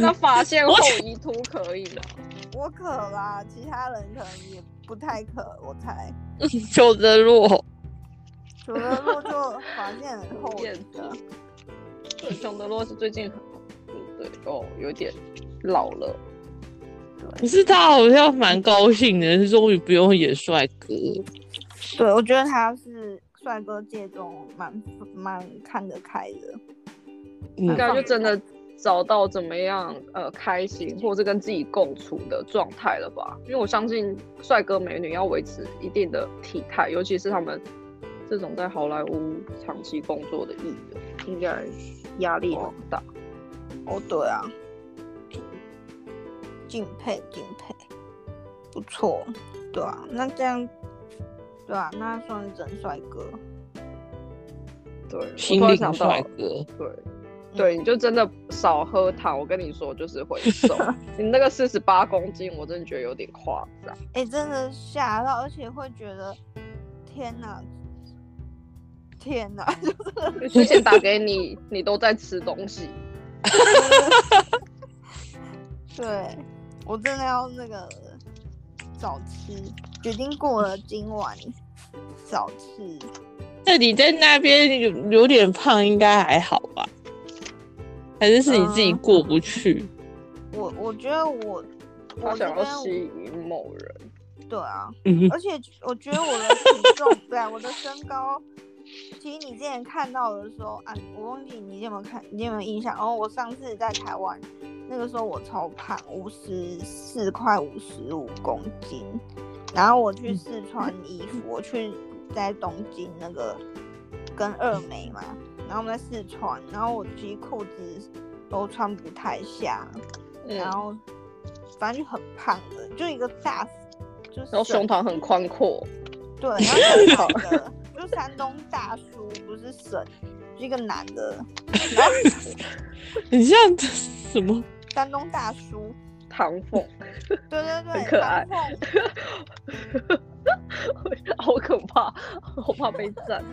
Speaker 1: 那发现后
Speaker 2: 我
Speaker 1: 移秃可以吗？
Speaker 3: 我可啦，其他人可能也不太可，我猜。
Speaker 2: 邱德洛，
Speaker 3: 除了若就发现很后
Speaker 1: 厌
Speaker 3: 的，
Speaker 1: 对，熊德洛是最近很，嗯，对，哦，有点老了，
Speaker 2: 可是他好像蛮高兴的，终于不用演帅哥。
Speaker 3: 对我觉得他是帅哥界中蛮蛮看得开的。
Speaker 1: 应
Speaker 2: 嗯，
Speaker 1: 该就真的找到怎么样呃开心或是跟自己共处的状态了吧？因为我相信帅哥美女要维持一定的体态，尤其是他们这种在好莱坞长期工作的艺人，应该压力很大。
Speaker 3: 哦，对啊，敬佩敬佩，不错，对啊，那这样，对啊，那算是真帅哥，
Speaker 1: 对，我
Speaker 2: 心
Speaker 1: 突然
Speaker 2: 灵嗯
Speaker 1: 想
Speaker 2: 帅
Speaker 1: 到，
Speaker 2: 哥，
Speaker 1: 对。对，你就真的少喝糖。我跟你说，就是会 瘦。你那个四十八公斤，我真的觉得有点夸张。
Speaker 3: 哎、真的吓到，而且会觉得，天哪，天哪！
Speaker 1: 之前打给你，你都在吃东西。
Speaker 3: 对我真的要那个早吃，决定过了今晚早吃。
Speaker 2: 那你在那边有有点胖，应该还好吧？还是是你自己过不去？
Speaker 3: 我我觉得我我
Speaker 1: 他
Speaker 3: 这
Speaker 1: 想要
Speaker 3: 边
Speaker 1: 吸引某人，
Speaker 3: 对啊，
Speaker 2: 嗯哼，
Speaker 3: 而且我觉得我的体重，对啊，我的身高，其实你之前看到的时候啊，我忘记你有没有看，你有没有印象？然、后我上次在台湾，那个时候我超胖，五十四块五十五公斤，然后我
Speaker 1: 嗯
Speaker 3: 去试穿衣服，我去在东京那个跟二美嘛，然后我们在试穿，然后我其实裤子都穿不太下，
Speaker 1: 嗯，
Speaker 3: 然
Speaker 1: 然
Speaker 3: 后反正就很胖的，就一个大，就是
Speaker 1: 后
Speaker 3: 整
Speaker 1: 胸膛很宽阔，
Speaker 3: 对，然后那个男的，就山东大叔，不是神，是一个男的，
Speaker 2: 你像什么？
Speaker 3: 山东大叔，
Speaker 1: 唐凤，
Speaker 3: 对对对，
Speaker 1: 很可爱
Speaker 3: 唐凤
Speaker 1: 好可怕，我怕被赞。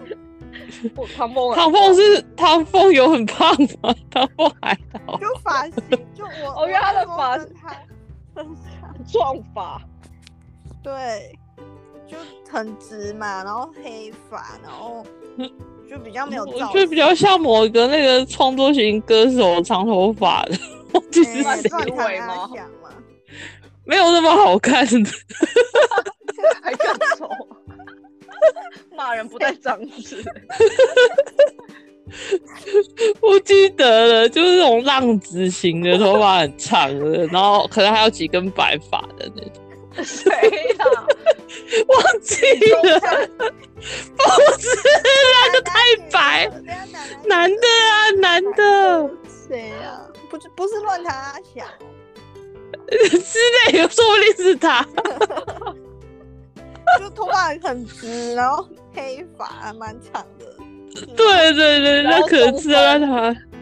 Speaker 1: 我唐凤，
Speaker 2: 唐凤是唐凤有很胖吗？唐凤还好，
Speaker 3: 就发型，就我，
Speaker 1: 哦
Speaker 3: 我
Speaker 1: 原来他
Speaker 3: 那
Speaker 1: 的
Speaker 3: 时候
Speaker 1: 发
Speaker 3: 跟他很像，
Speaker 1: 撞法，
Speaker 3: 对，就很直嘛，然后黑发，然后就比较没有
Speaker 2: 我
Speaker 3: 造
Speaker 2: 觉得
Speaker 3: 型，
Speaker 2: 比较像某个那个创作型歌手长头发的， 我其实
Speaker 3: 哎
Speaker 1: 谁
Speaker 3: 乱弹
Speaker 1: 尾
Speaker 3: 他
Speaker 1: 吗
Speaker 3: 想嘛，
Speaker 2: 没有那么好看的。
Speaker 1: 还更丑， 骂 人不带脏字。
Speaker 2: 我记得了，就是那种浪子型的，头发很长的，然后可能还有几根白发的那种，
Speaker 1: 谁呀、
Speaker 2: 忘记了，不是
Speaker 3: 那个太
Speaker 2: 啊白
Speaker 3: 男
Speaker 2: 男 的啊，男的
Speaker 3: 谁啊？不是不是乱弹阿翔哦，
Speaker 2: 之类的，说不定是他。
Speaker 3: 就头发很直，然后黑发还蛮长的，
Speaker 2: 对对对，
Speaker 1: 然
Speaker 2: 那
Speaker 1: 后
Speaker 2: 可能
Speaker 1: 中
Speaker 2: 是他，
Speaker 1: 分
Speaker 2: 他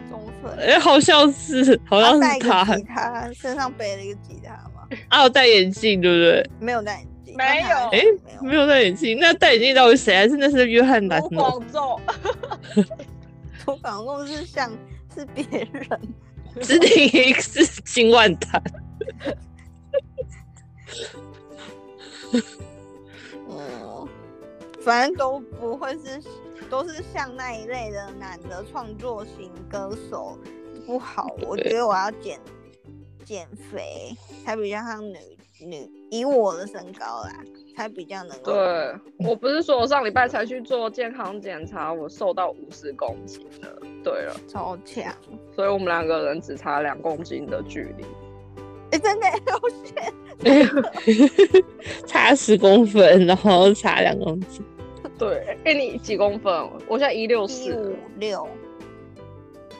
Speaker 3: 中分。啊
Speaker 2: 哎、好像是，好像
Speaker 3: 带
Speaker 2: 是
Speaker 3: 一个
Speaker 2: 他
Speaker 3: 吉他，身上背了一个吉他吗？
Speaker 2: 啊，有戴眼镜，对不对？
Speaker 3: 没有戴眼镜，
Speaker 1: 没有
Speaker 3: 那他
Speaker 1: 哎
Speaker 3: 没
Speaker 2: 没有戴眼镜，那戴眼镜到底谁？还是那是约翰·兰
Speaker 1: 卢
Speaker 2: 诺？
Speaker 1: 广仲，
Speaker 3: 我反共是像是别人，
Speaker 2: 是另一个是金万丹。哦
Speaker 3: 嗯，反正都不会是，都是像那一类的男的创作型歌手，不好，我觉得我要减减肥，才比较像女女，以我的身高啦，才比较能够
Speaker 1: 对我不是说我上礼拜才去做健康检查，我瘦到五十公斤了。对了，
Speaker 3: 超强。
Speaker 1: 所以我们两个人只差两公斤的距离。
Speaker 3: 哎、真的， 我选
Speaker 2: 差十公分，然后差两公斤。
Speaker 1: 对，哎、你几公分？我现在一六
Speaker 3: 一
Speaker 1: 四
Speaker 3: 五。六，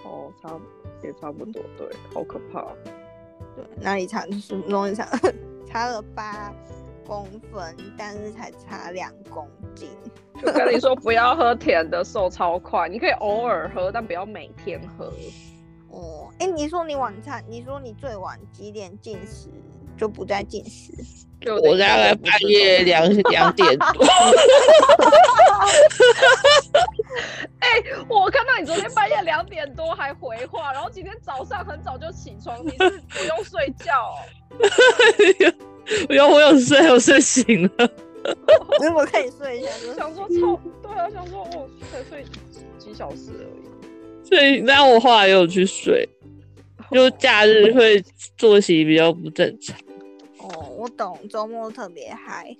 Speaker 1: 哦，差也差不多，对，好可怕。哦
Speaker 3: 对，哪里差？什么东西差？ 差了八公分，但是才差两公斤。
Speaker 1: 就跟你说不要喝甜的，瘦超快。你可以偶尔喝，但不要每天喝。
Speaker 3: 哦，哎、你说你晚餐，你说你最晚几点进食？就不再进食，
Speaker 1: 就
Speaker 2: 我大概半夜两两点多，
Speaker 1: 我看到你昨天半夜两点多还回话，然后今天早上很早就起床，你是不用睡觉哦、
Speaker 2: 有我有睡，我睡醒了。
Speaker 3: 如果可以睡一下， 就是
Speaker 1: 想说超对啊，想说我才睡几小时而已。
Speaker 2: 所以，但我后来有去睡，就假日会作息比较不正常。
Speaker 3: 哦，我懂，周末特别嗨，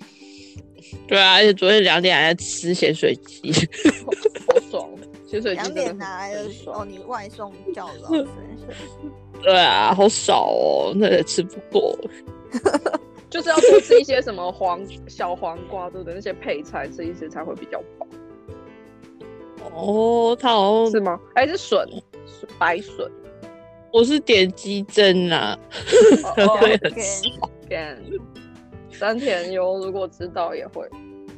Speaker 2: 对啊，而且昨天两点还在吃咸水鸡，
Speaker 1: 好爽，潜水
Speaker 3: 两
Speaker 1: 机
Speaker 3: 点
Speaker 1: 真
Speaker 3: 拿来哦
Speaker 1: 的
Speaker 3: 的
Speaker 1: 很
Speaker 3: 时候，
Speaker 1: 爽。
Speaker 3: 你外送叫老 师
Speaker 2: 对啊，好少哦，那也吃不够。
Speaker 1: 就是要多吃一些什么黄小黄瓜，对不对？那些配菜吃一吃才会比较饱，
Speaker 2: 哦，
Speaker 3: 嗯
Speaker 2: 他好
Speaker 1: 是
Speaker 2: 像
Speaker 1: 吗？还是笋，笋白笋。
Speaker 2: 我是点鸡胗啊，
Speaker 1: 哦
Speaker 2: 所以
Speaker 1: 哦
Speaker 2: 很
Speaker 3: ，OK
Speaker 2: 少。
Speaker 1: 干山田优如果知道也会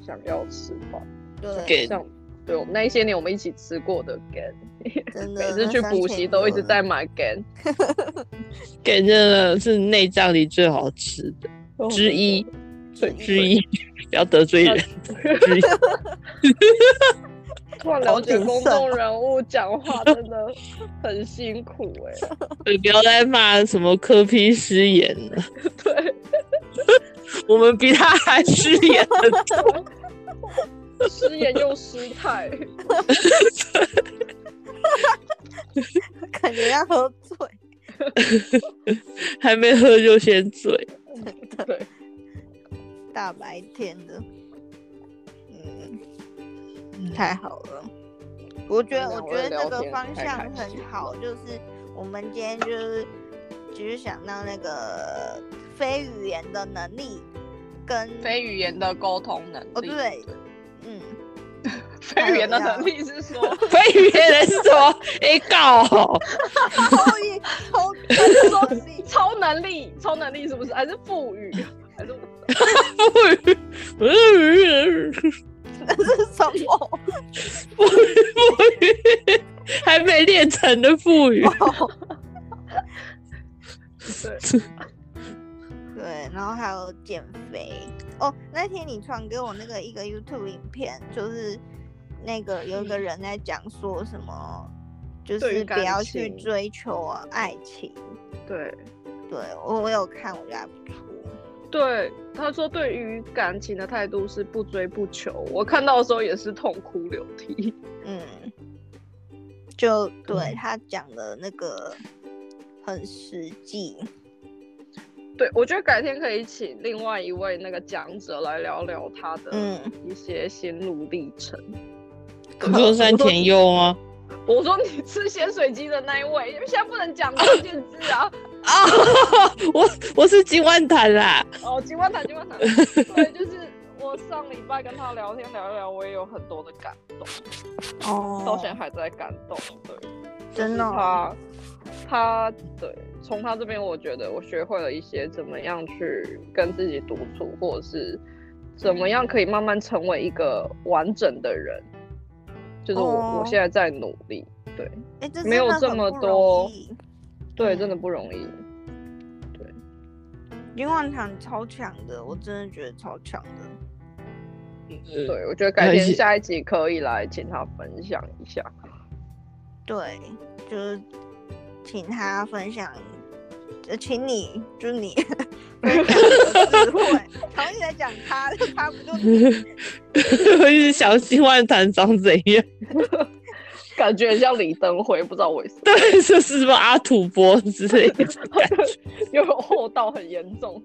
Speaker 1: 想要吃吧，
Speaker 3: 对，
Speaker 2: 给
Speaker 1: 像对我们那一些年我们一起吃过的 gan，
Speaker 3: 真
Speaker 1: 每
Speaker 3: 的
Speaker 1: 次去补习都一直。
Speaker 3: 那三千
Speaker 1: 在买 gan
Speaker 2: 给真的是内脏里最好吃的
Speaker 3: 哦
Speaker 1: 哦
Speaker 2: 之一， 之一，不要得罪人。之一
Speaker 1: 不了解公
Speaker 3: 啊
Speaker 1: 众人物讲 话真的很辛苦哎、
Speaker 2: 对，不要再骂什么科批失言了，
Speaker 1: 对，
Speaker 2: 我们比他还失言很多。
Speaker 1: 失言又失 态，
Speaker 3: 感觉要喝醉。
Speaker 2: 还没喝就先醉。
Speaker 1: 对，
Speaker 3: 大白天的，嗯，
Speaker 2: 嗯
Speaker 3: 太好了。我觉得，
Speaker 1: 真的
Speaker 3: 我
Speaker 1: 我
Speaker 3: 觉得
Speaker 1: 聊
Speaker 3: 这个
Speaker 1: 天
Speaker 3: 方
Speaker 1: 太
Speaker 3: 向
Speaker 1: 开
Speaker 3: 很
Speaker 1: 心
Speaker 3: 好，就是我们今天就是只是想到那个非语言的能力跟
Speaker 1: 非语言的沟通能力，
Speaker 3: 哦对，嗯，
Speaker 1: 非语言的能力是说，
Speaker 2: 非语言人是什么？哎告！
Speaker 3: 超一 超超能力
Speaker 1: 超能力，超能力是不是？还是赋予？ 还是
Speaker 2: 不语，
Speaker 3: 这 是什么？
Speaker 2: 不语，不语，还没练成的不语。
Speaker 1: 对，
Speaker 3: 对，然后还有减肥哦。那天你传给我那个一个 YouTube 影片，就是那个有一个
Speaker 1: 嗯
Speaker 3: 人在讲说什么，就
Speaker 1: 对于
Speaker 3: 是不
Speaker 1: 感
Speaker 3: 要去
Speaker 1: 情
Speaker 3: 追求爱情。
Speaker 1: 对
Speaker 3: 对我我有看，我觉得还不错。
Speaker 1: 对，他说对于感情的态度是不追不求，我看到的时候也是痛哭流涕。
Speaker 3: 嗯，就对
Speaker 2: 嗯
Speaker 3: 他讲的那个很实际。
Speaker 1: 对，我觉得改天可以请另外一位那个讲者来聊聊他的
Speaker 3: 嗯，
Speaker 1: 一些心路历程。
Speaker 2: 你说山田佑吗？
Speaker 1: 我说你吃咸水鸡的那一位，因为现在不能讲关键字 啊。
Speaker 2: 啊，我我是金万坦啦。
Speaker 1: 哦，金万谈，金 万谈。对，就是我上礼拜跟他聊天聊一聊，我也有很多的感动，到
Speaker 3: 哦
Speaker 1: 现在还在感动。对，
Speaker 3: 真的
Speaker 1: 就是
Speaker 3: 哦、
Speaker 1: 他，他对，从他这边，我觉得我学会了一些怎么样去跟自己独处，或者是怎么样可以慢慢成为一个完整的人。就是我
Speaker 3: 哦
Speaker 1: 我现在在努力，
Speaker 3: 哎，这
Speaker 1: 没有
Speaker 3: 真的
Speaker 1: 这
Speaker 3: 很
Speaker 1: 么
Speaker 3: 不容
Speaker 1: 多
Speaker 3: 易
Speaker 1: 对，
Speaker 3: 嗯
Speaker 1: 真的不容易。
Speaker 3: 金万堂超强的，我真的觉得超强的。
Speaker 1: 嗯对，我觉得改
Speaker 2: 那
Speaker 1: 天
Speaker 2: 是
Speaker 1: 下一集可以来请他分享一下。
Speaker 3: 对，就是请他分享，呃，请你，就是你分享你的智慧。然后一直在讲他，他不就
Speaker 2: 我一直想金万坦长怎样？
Speaker 1: 感觉很像李登辉，不知道为 什么，
Speaker 2: 对，就是什么阿土伯之类的 感觉，
Speaker 1: 又有厚道很严重。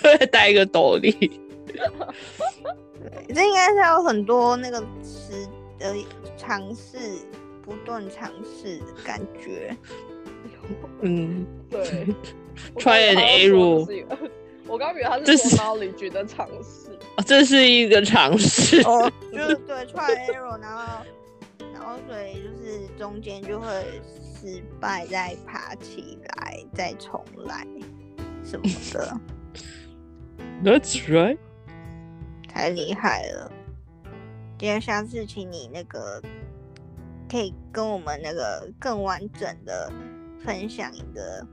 Speaker 2: 对，戴一个斗笠。
Speaker 3: 对这应该是有很多那个时呃尝试，不断尝试的感觉。
Speaker 2: 嗯，
Speaker 1: 对
Speaker 2: Try and
Speaker 1: 我刚以为他要说的
Speaker 2: 这
Speaker 1: 是一 个我刚以为他是
Speaker 2: 是
Speaker 1: 说 knowledge 的尝试，
Speaker 2: 哦这是一个尝试。
Speaker 3: 哦，就是对 try and error，然后然后所以就是中间就会失败，再爬起来，再重来什么的。
Speaker 2: That's right。
Speaker 3: 太厉害了！今天下次请你那个，可以跟我们那个更完整的分享你的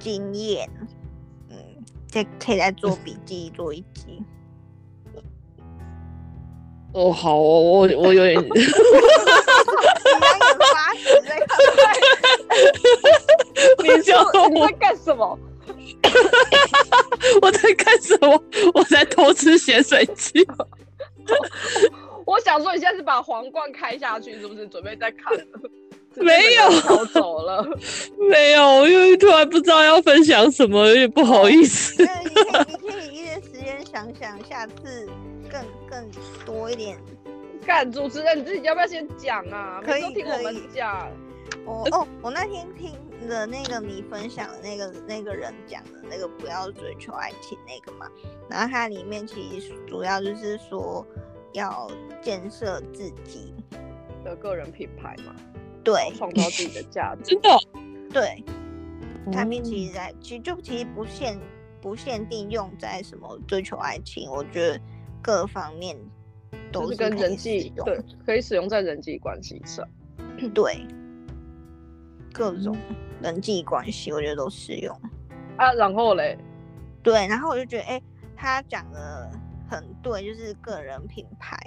Speaker 3: 经验，嗯，再可以再做笔记做一集。
Speaker 2: 哦，好哦，我我有点，
Speaker 3: 你刚刚有发誓在看，
Speaker 2: 你叫
Speaker 1: 你
Speaker 2: 我
Speaker 1: 在干什么？
Speaker 2: 我在干什么？我在偷吃咸水鸡。
Speaker 1: 我想说你现在是把皇冠开下去，是不是准备再看了？
Speaker 2: 没有
Speaker 1: 逃走了。
Speaker 2: 没有，我因为突然不知道要分享什么，有点不好意思。
Speaker 3: 对，你可以你可以一点时间想想，下次更更多一点。
Speaker 1: 干，主持人你自己要不要先讲啊？
Speaker 3: 可以
Speaker 1: 每次都听我们讲。
Speaker 3: 我
Speaker 1: 呃
Speaker 3: 哦，我那天听的那个你分享的那个那个人讲的那个不要追求爱情那个嘛，然后它里面其实主要就是说要建设自己，
Speaker 1: 的个人品牌嘛，
Speaker 3: 对
Speaker 1: 创造自己的价 值。
Speaker 2: 真的哦、
Speaker 3: 对，
Speaker 1: 哦
Speaker 3: 产品其实在其实就其实不限不限定用在什么追求爱情，我觉得各方面都
Speaker 1: 就是
Speaker 3: 是
Speaker 1: 跟
Speaker 3: 可以
Speaker 1: 人
Speaker 3: 使
Speaker 1: 际
Speaker 3: 用
Speaker 1: 对，可以使用在人际关系上。
Speaker 3: 对各种
Speaker 1: 嗯
Speaker 3: 人际关系，我觉得都适用。
Speaker 1: 啊，然后嘞，
Speaker 3: 对，然后我就觉得，哎、他讲的很对，就是个人品牌，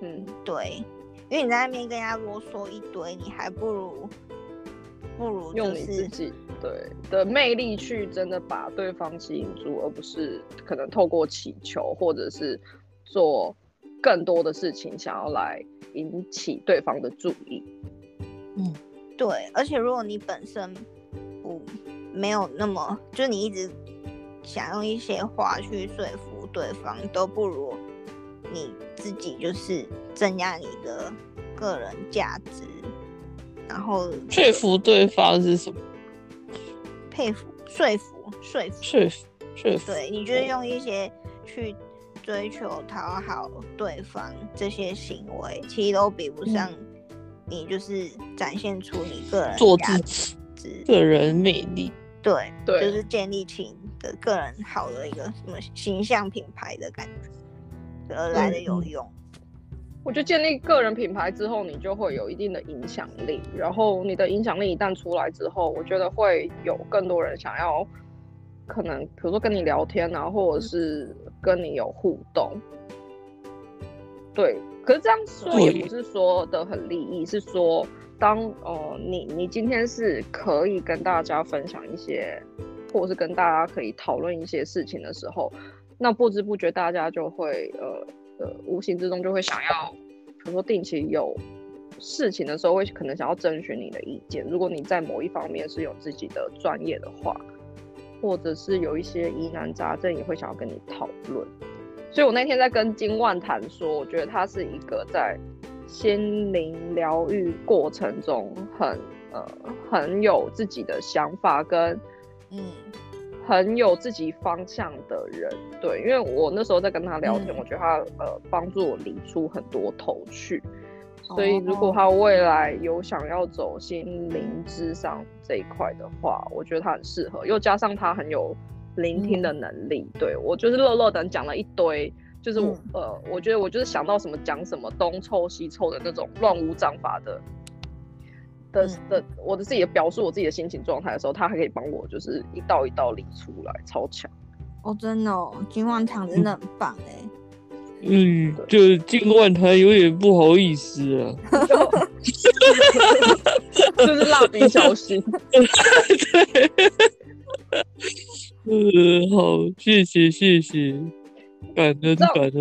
Speaker 1: 嗯，
Speaker 3: 堆，因为你在那边跟人家啰嗦一堆，你还不如不如
Speaker 1: 用
Speaker 3: 就
Speaker 1: 你自
Speaker 3: 是
Speaker 1: 己对的魅力去真的把对方吸引住，而不是可能透过祈求或者是做更多的事情，想要来引起对方的注意。
Speaker 3: 对，而且如果你本身不没有那么，就你一直想用一些话去说服对方，都不如你自己就是增加你的个人价值，然后
Speaker 2: 说服对方是什么？
Speaker 3: 佩服说服说服，
Speaker 2: 说服说服
Speaker 3: 对你就是用一些去追求讨好对方这些行为，其实都比不
Speaker 2: 嗯
Speaker 3: 上你就是展现出你个人
Speaker 2: 做
Speaker 3: 价
Speaker 2: 自己
Speaker 3: 值。
Speaker 2: 个人魅力。
Speaker 3: 对，
Speaker 1: 对
Speaker 3: 就是建立起你的个人好的一个什么形象品牌的感觉，而来的有
Speaker 2: 嗯
Speaker 3: 用。
Speaker 1: 我觉得建立个人品牌之后，你就会有一定的影响力，然后你的影响力一旦出来之后，我觉得会有更多人想要，可能比如说跟你聊天啊，或者是跟你有互动。对，可是这样说也
Speaker 2: 对
Speaker 1: 不是说的很利益，是说当哦、呃你你今天是可以跟大家分享一些，或者是跟大家可以讨论一些事情的时候，那不知不觉大家就会呃呃无形之中就会想要，比如说定期有事情的时候会可能想要征询你的意见。如果你在某一方面是有自己的专业的话，或者是有一些疑难杂症，也会想要跟你讨论。所以我那天在跟金万谈说，我觉得他是一个在心灵疗愈过程中很呃很有自己的想法跟
Speaker 3: 嗯，
Speaker 1: 很有自己方向的人，对，因为我那时候在跟他聊天，
Speaker 3: 嗯
Speaker 1: 我觉得他呃帮助我理出很多头绪，
Speaker 3: 哦
Speaker 1: 所以如果他未来有想要走心灵智商这一块的话，我觉得他很适合，又加上他很有聆听的能力，对我就是乐乐等讲了一堆。就是我、呃，我觉得我就是想到什么讲什么，东凑西凑的那种乱无章法的的的我的自己的表述我自己的心情状态的时候，他还可以帮我就是一道一道理出来，超强。
Speaker 3: 哦，真的哦，金旺堂真的很棒哎、
Speaker 2: 嗯，就尽管他有点不好意思啊。
Speaker 1: 就是蜡笔小新，
Speaker 2: 嗯，好，谢谢谢谢，感恩
Speaker 1: 这样
Speaker 2: 感恩。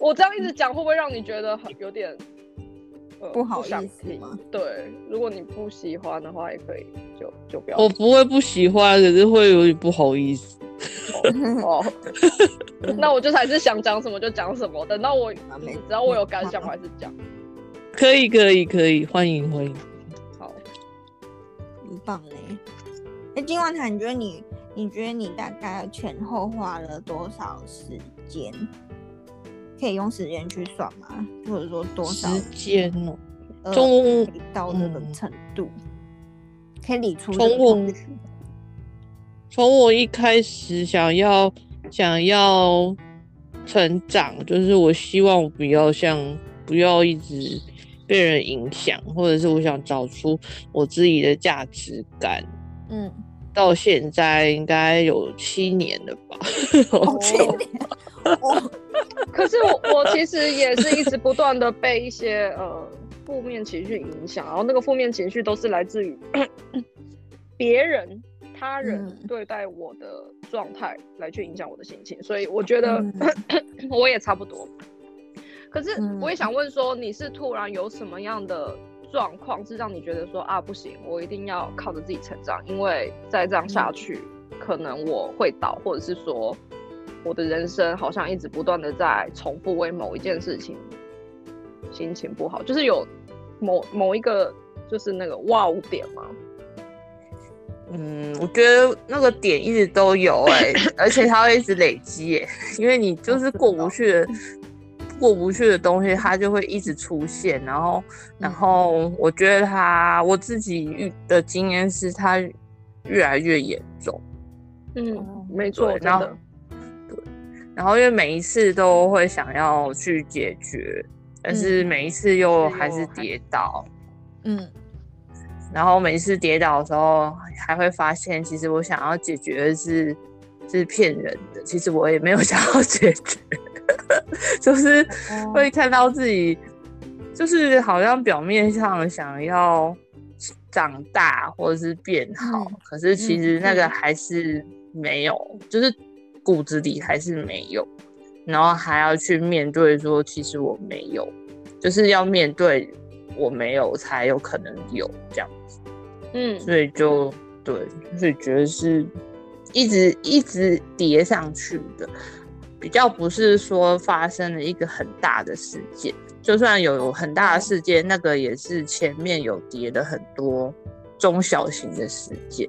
Speaker 1: 我这样一直讲会不会让你觉得很有点、呃、
Speaker 3: 不好意
Speaker 1: 想
Speaker 3: 思
Speaker 1: 听
Speaker 3: 吗？
Speaker 1: 对，如果你不喜欢的话，也可以就就不要
Speaker 2: 我不会不喜欢，可是会有点不好意思。
Speaker 1: 哦。 那我就是还是想讲什么就讲什么，等到我
Speaker 3: 完
Speaker 1: 只
Speaker 3: 美
Speaker 1: 要我有感想，我还是讲。
Speaker 2: 可以可以可以，欢迎欢迎。
Speaker 1: 好，
Speaker 3: 很棒哎、那金旺堂，你觉得你你觉得你大概前后花了多少时间？可以用时间去算吗？或者说多少
Speaker 2: 时间哦，
Speaker 3: 呃
Speaker 2: 中
Speaker 3: 可以到那个
Speaker 2: 嗯
Speaker 3: 程度，可以理出这
Speaker 2: 从
Speaker 3: 个
Speaker 2: 我
Speaker 3: 程序
Speaker 2: 从我一开始想要想要成长，就是我希望我不要像不要一直被人影响，或者是我想找出我自己的价值感。
Speaker 3: 嗯，
Speaker 2: 到现在应该有七年了吧？
Speaker 3: 哦，这一 点，哦，
Speaker 1: 可是我我其实也是一直不断的被一些呃负面情绪影响，然后那个负面情绪都是来自于 别人、他人
Speaker 3: 嗯
Speaker 1: 对待我的状态来去影响我的心情，所以我觉得、
Speaker 3: 嗯
Speaker 1: 我也差不多。可是
Speaker 3: 嗯
Speaker 1: 我也想问说，你是突然有什么样的状况是让你觉得说啊不行，我一定要靠着自己成长，因为再这样下去，可能我会倒，或者是说我的人生好像一直不断的在重复为某一件事情心情不好，就是有某某一个就是那个哇哦点嘛，
Speaker 2: 嗯，我觉得那个点一直都有哎、而且它会一直累积哎、因为你就是过不去的、过不去的东西，它就会一直出现。然后，然后我觉得它我自己遇的经验是，它越来越严重。
Speaker 1: 嗯，没错，
Speaker 2: 对，
Speaker 1: 真
Speaker 2: 然后
Speaker 1: 的，
Speaker 2: 对，然后因为每一次都会想要去解决，但是
Speaker 3: 嗯
Speaker 2: 每一次又
Speaker 1: 但是
Speaker 2: 还
Speaker 1: 又
Speaker 2: 是
Speaker 1: 还
Speaker 2: 跌倒，
Speaker 3: 嗯
Speaker 2: 然后每一次跌倒的时候，还会发现其实我想要解决的是是骗人的，其
Speaker 3: 哦
Speaker 2: 实我也没有想要解决，就是会看到自己就是好像表面上想要长大或者是变好，
Speaker 3: 嗯
Speaker 2: 可是其实
Speaker 3: 嗯
Speaker 2: 那个
Speaker 3: 嗯
Speaker 2: 还是没有，就是骨子里还是没有，然后还要去面对说，其实我没有，就是要面对我没有才有可能有这样。
Speaker 1: 嗯，
Speaker 2: 所以就对，所以觉得是一直一直叠上去的，比较不是说发生了一个很大的事件，就算有很大的事件，那个也是前面有叠的很多中小型的事件。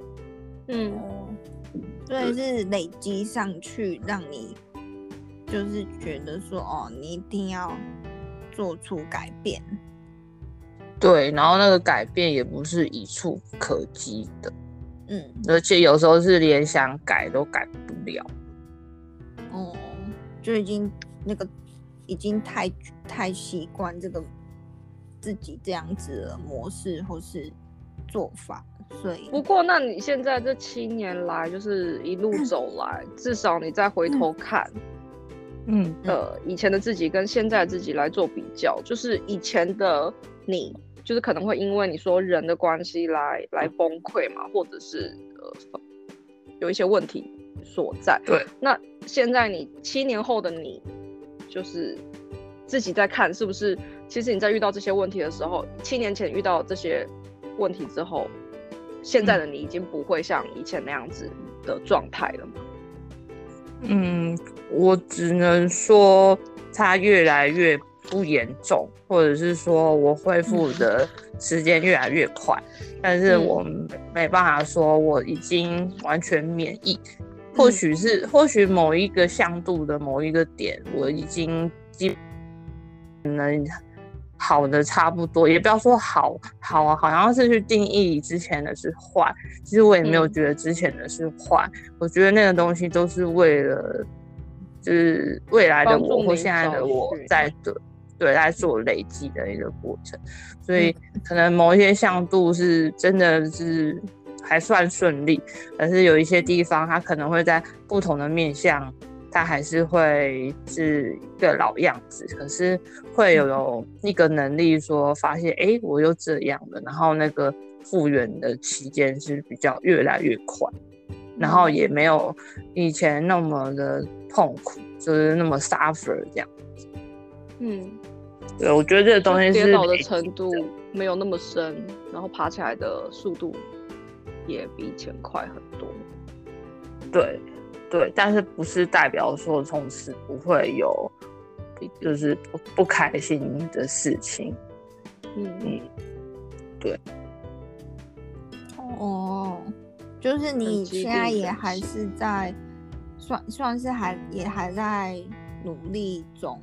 Speaker 1: 嗯
Speaker 3: 所以是累积上去，让你就是觉得说，哦，你一定要做出改变。
Speaker 2: 对，然后那个改变也不是一触可及的，
Speaker 3: 嗯，
Speaker 2: 而且有时候是连想改都改不了。
Speaker 3: 哦，就已经那个已经太太习惯这个自己这样子的模式或是做法，所以
Speaker 1: 不过，那你现在这七年来，就是一路走来，至少你再回头看，
Speaker 2: 嗯，
Speaker 1: 呃，以前的自己跟现在的自己来做比较，就是以前的你，就是可能会因为你说人的关系来来崩溃嘛，或者是呃有一些问题所在。
Speaker 2: 对，
Speaker 1: 那现在你七年后的你，就是自己在看是不是？其实你在遇到这些问题的时候，七年前遇到这些问题之后，现在的你已经不会像以前那样子的状态了嘛？
Speaker 2: 嗯，我只能说它越来越不严重，或者是说我恢复的时间越来越快，但是
Speaker 1: 嗯
Speaker 2: 我没没办法说我已经完全免疫。
Speaker 1: 嗯
Speaker 2: 或许是，或许某一个向度的某一个点，我已经基能好的差不多，也不要说好好啊，好像是去定义之前的是坏，其实我也没有
Speaker 1: 嗯
Speaker 2: 觉得之前的是坏，我觉得那个东西都是为了，就是未来的
Speaker 1: 帮助
Speaker 2: 我或
Speaker 1: 你
Speaker 2: 现在的
Speaker 1: 找
Speaker 2: 我
Speaker 1: 寻
Speaker 2: 在对对在做累积的一个过程，所以
Speaker 1: 嗯
Speaker 2: 可能某一些向度是真的是还算顺利，但是有一些地方它可能会在不同的面向，它还是会是一个老样子，可是会有
Speaker 1: 嗯
Speaker 2: 有一个能力说发现，哎、我又这样了，然后那个复原的期间是比较越来越快，然后也没有以前那么的痛苦，就是那么 suffer 这样。
Speaker 1: 嗯。
Speaker 2: 对，我觉得这个东西
Speaker 1: 就是跌倒的
Speaker 2: 累积
Speaker 1: 程度没有那么深，然后爬起来的速度也比以前快很多。
Speaker 2: 对，对，但是不是代表说从此不会有，就是不不开心的事情。
Speaker 1: 嗯，
Speaker 3: 哦，就是你
Speaker 1: 激
Speaker 3: 现在
Speaker 1: 励
Speaker 3: 也
Speaker 1: 人
Speaker 3: 还是在算算是还也还在努力中，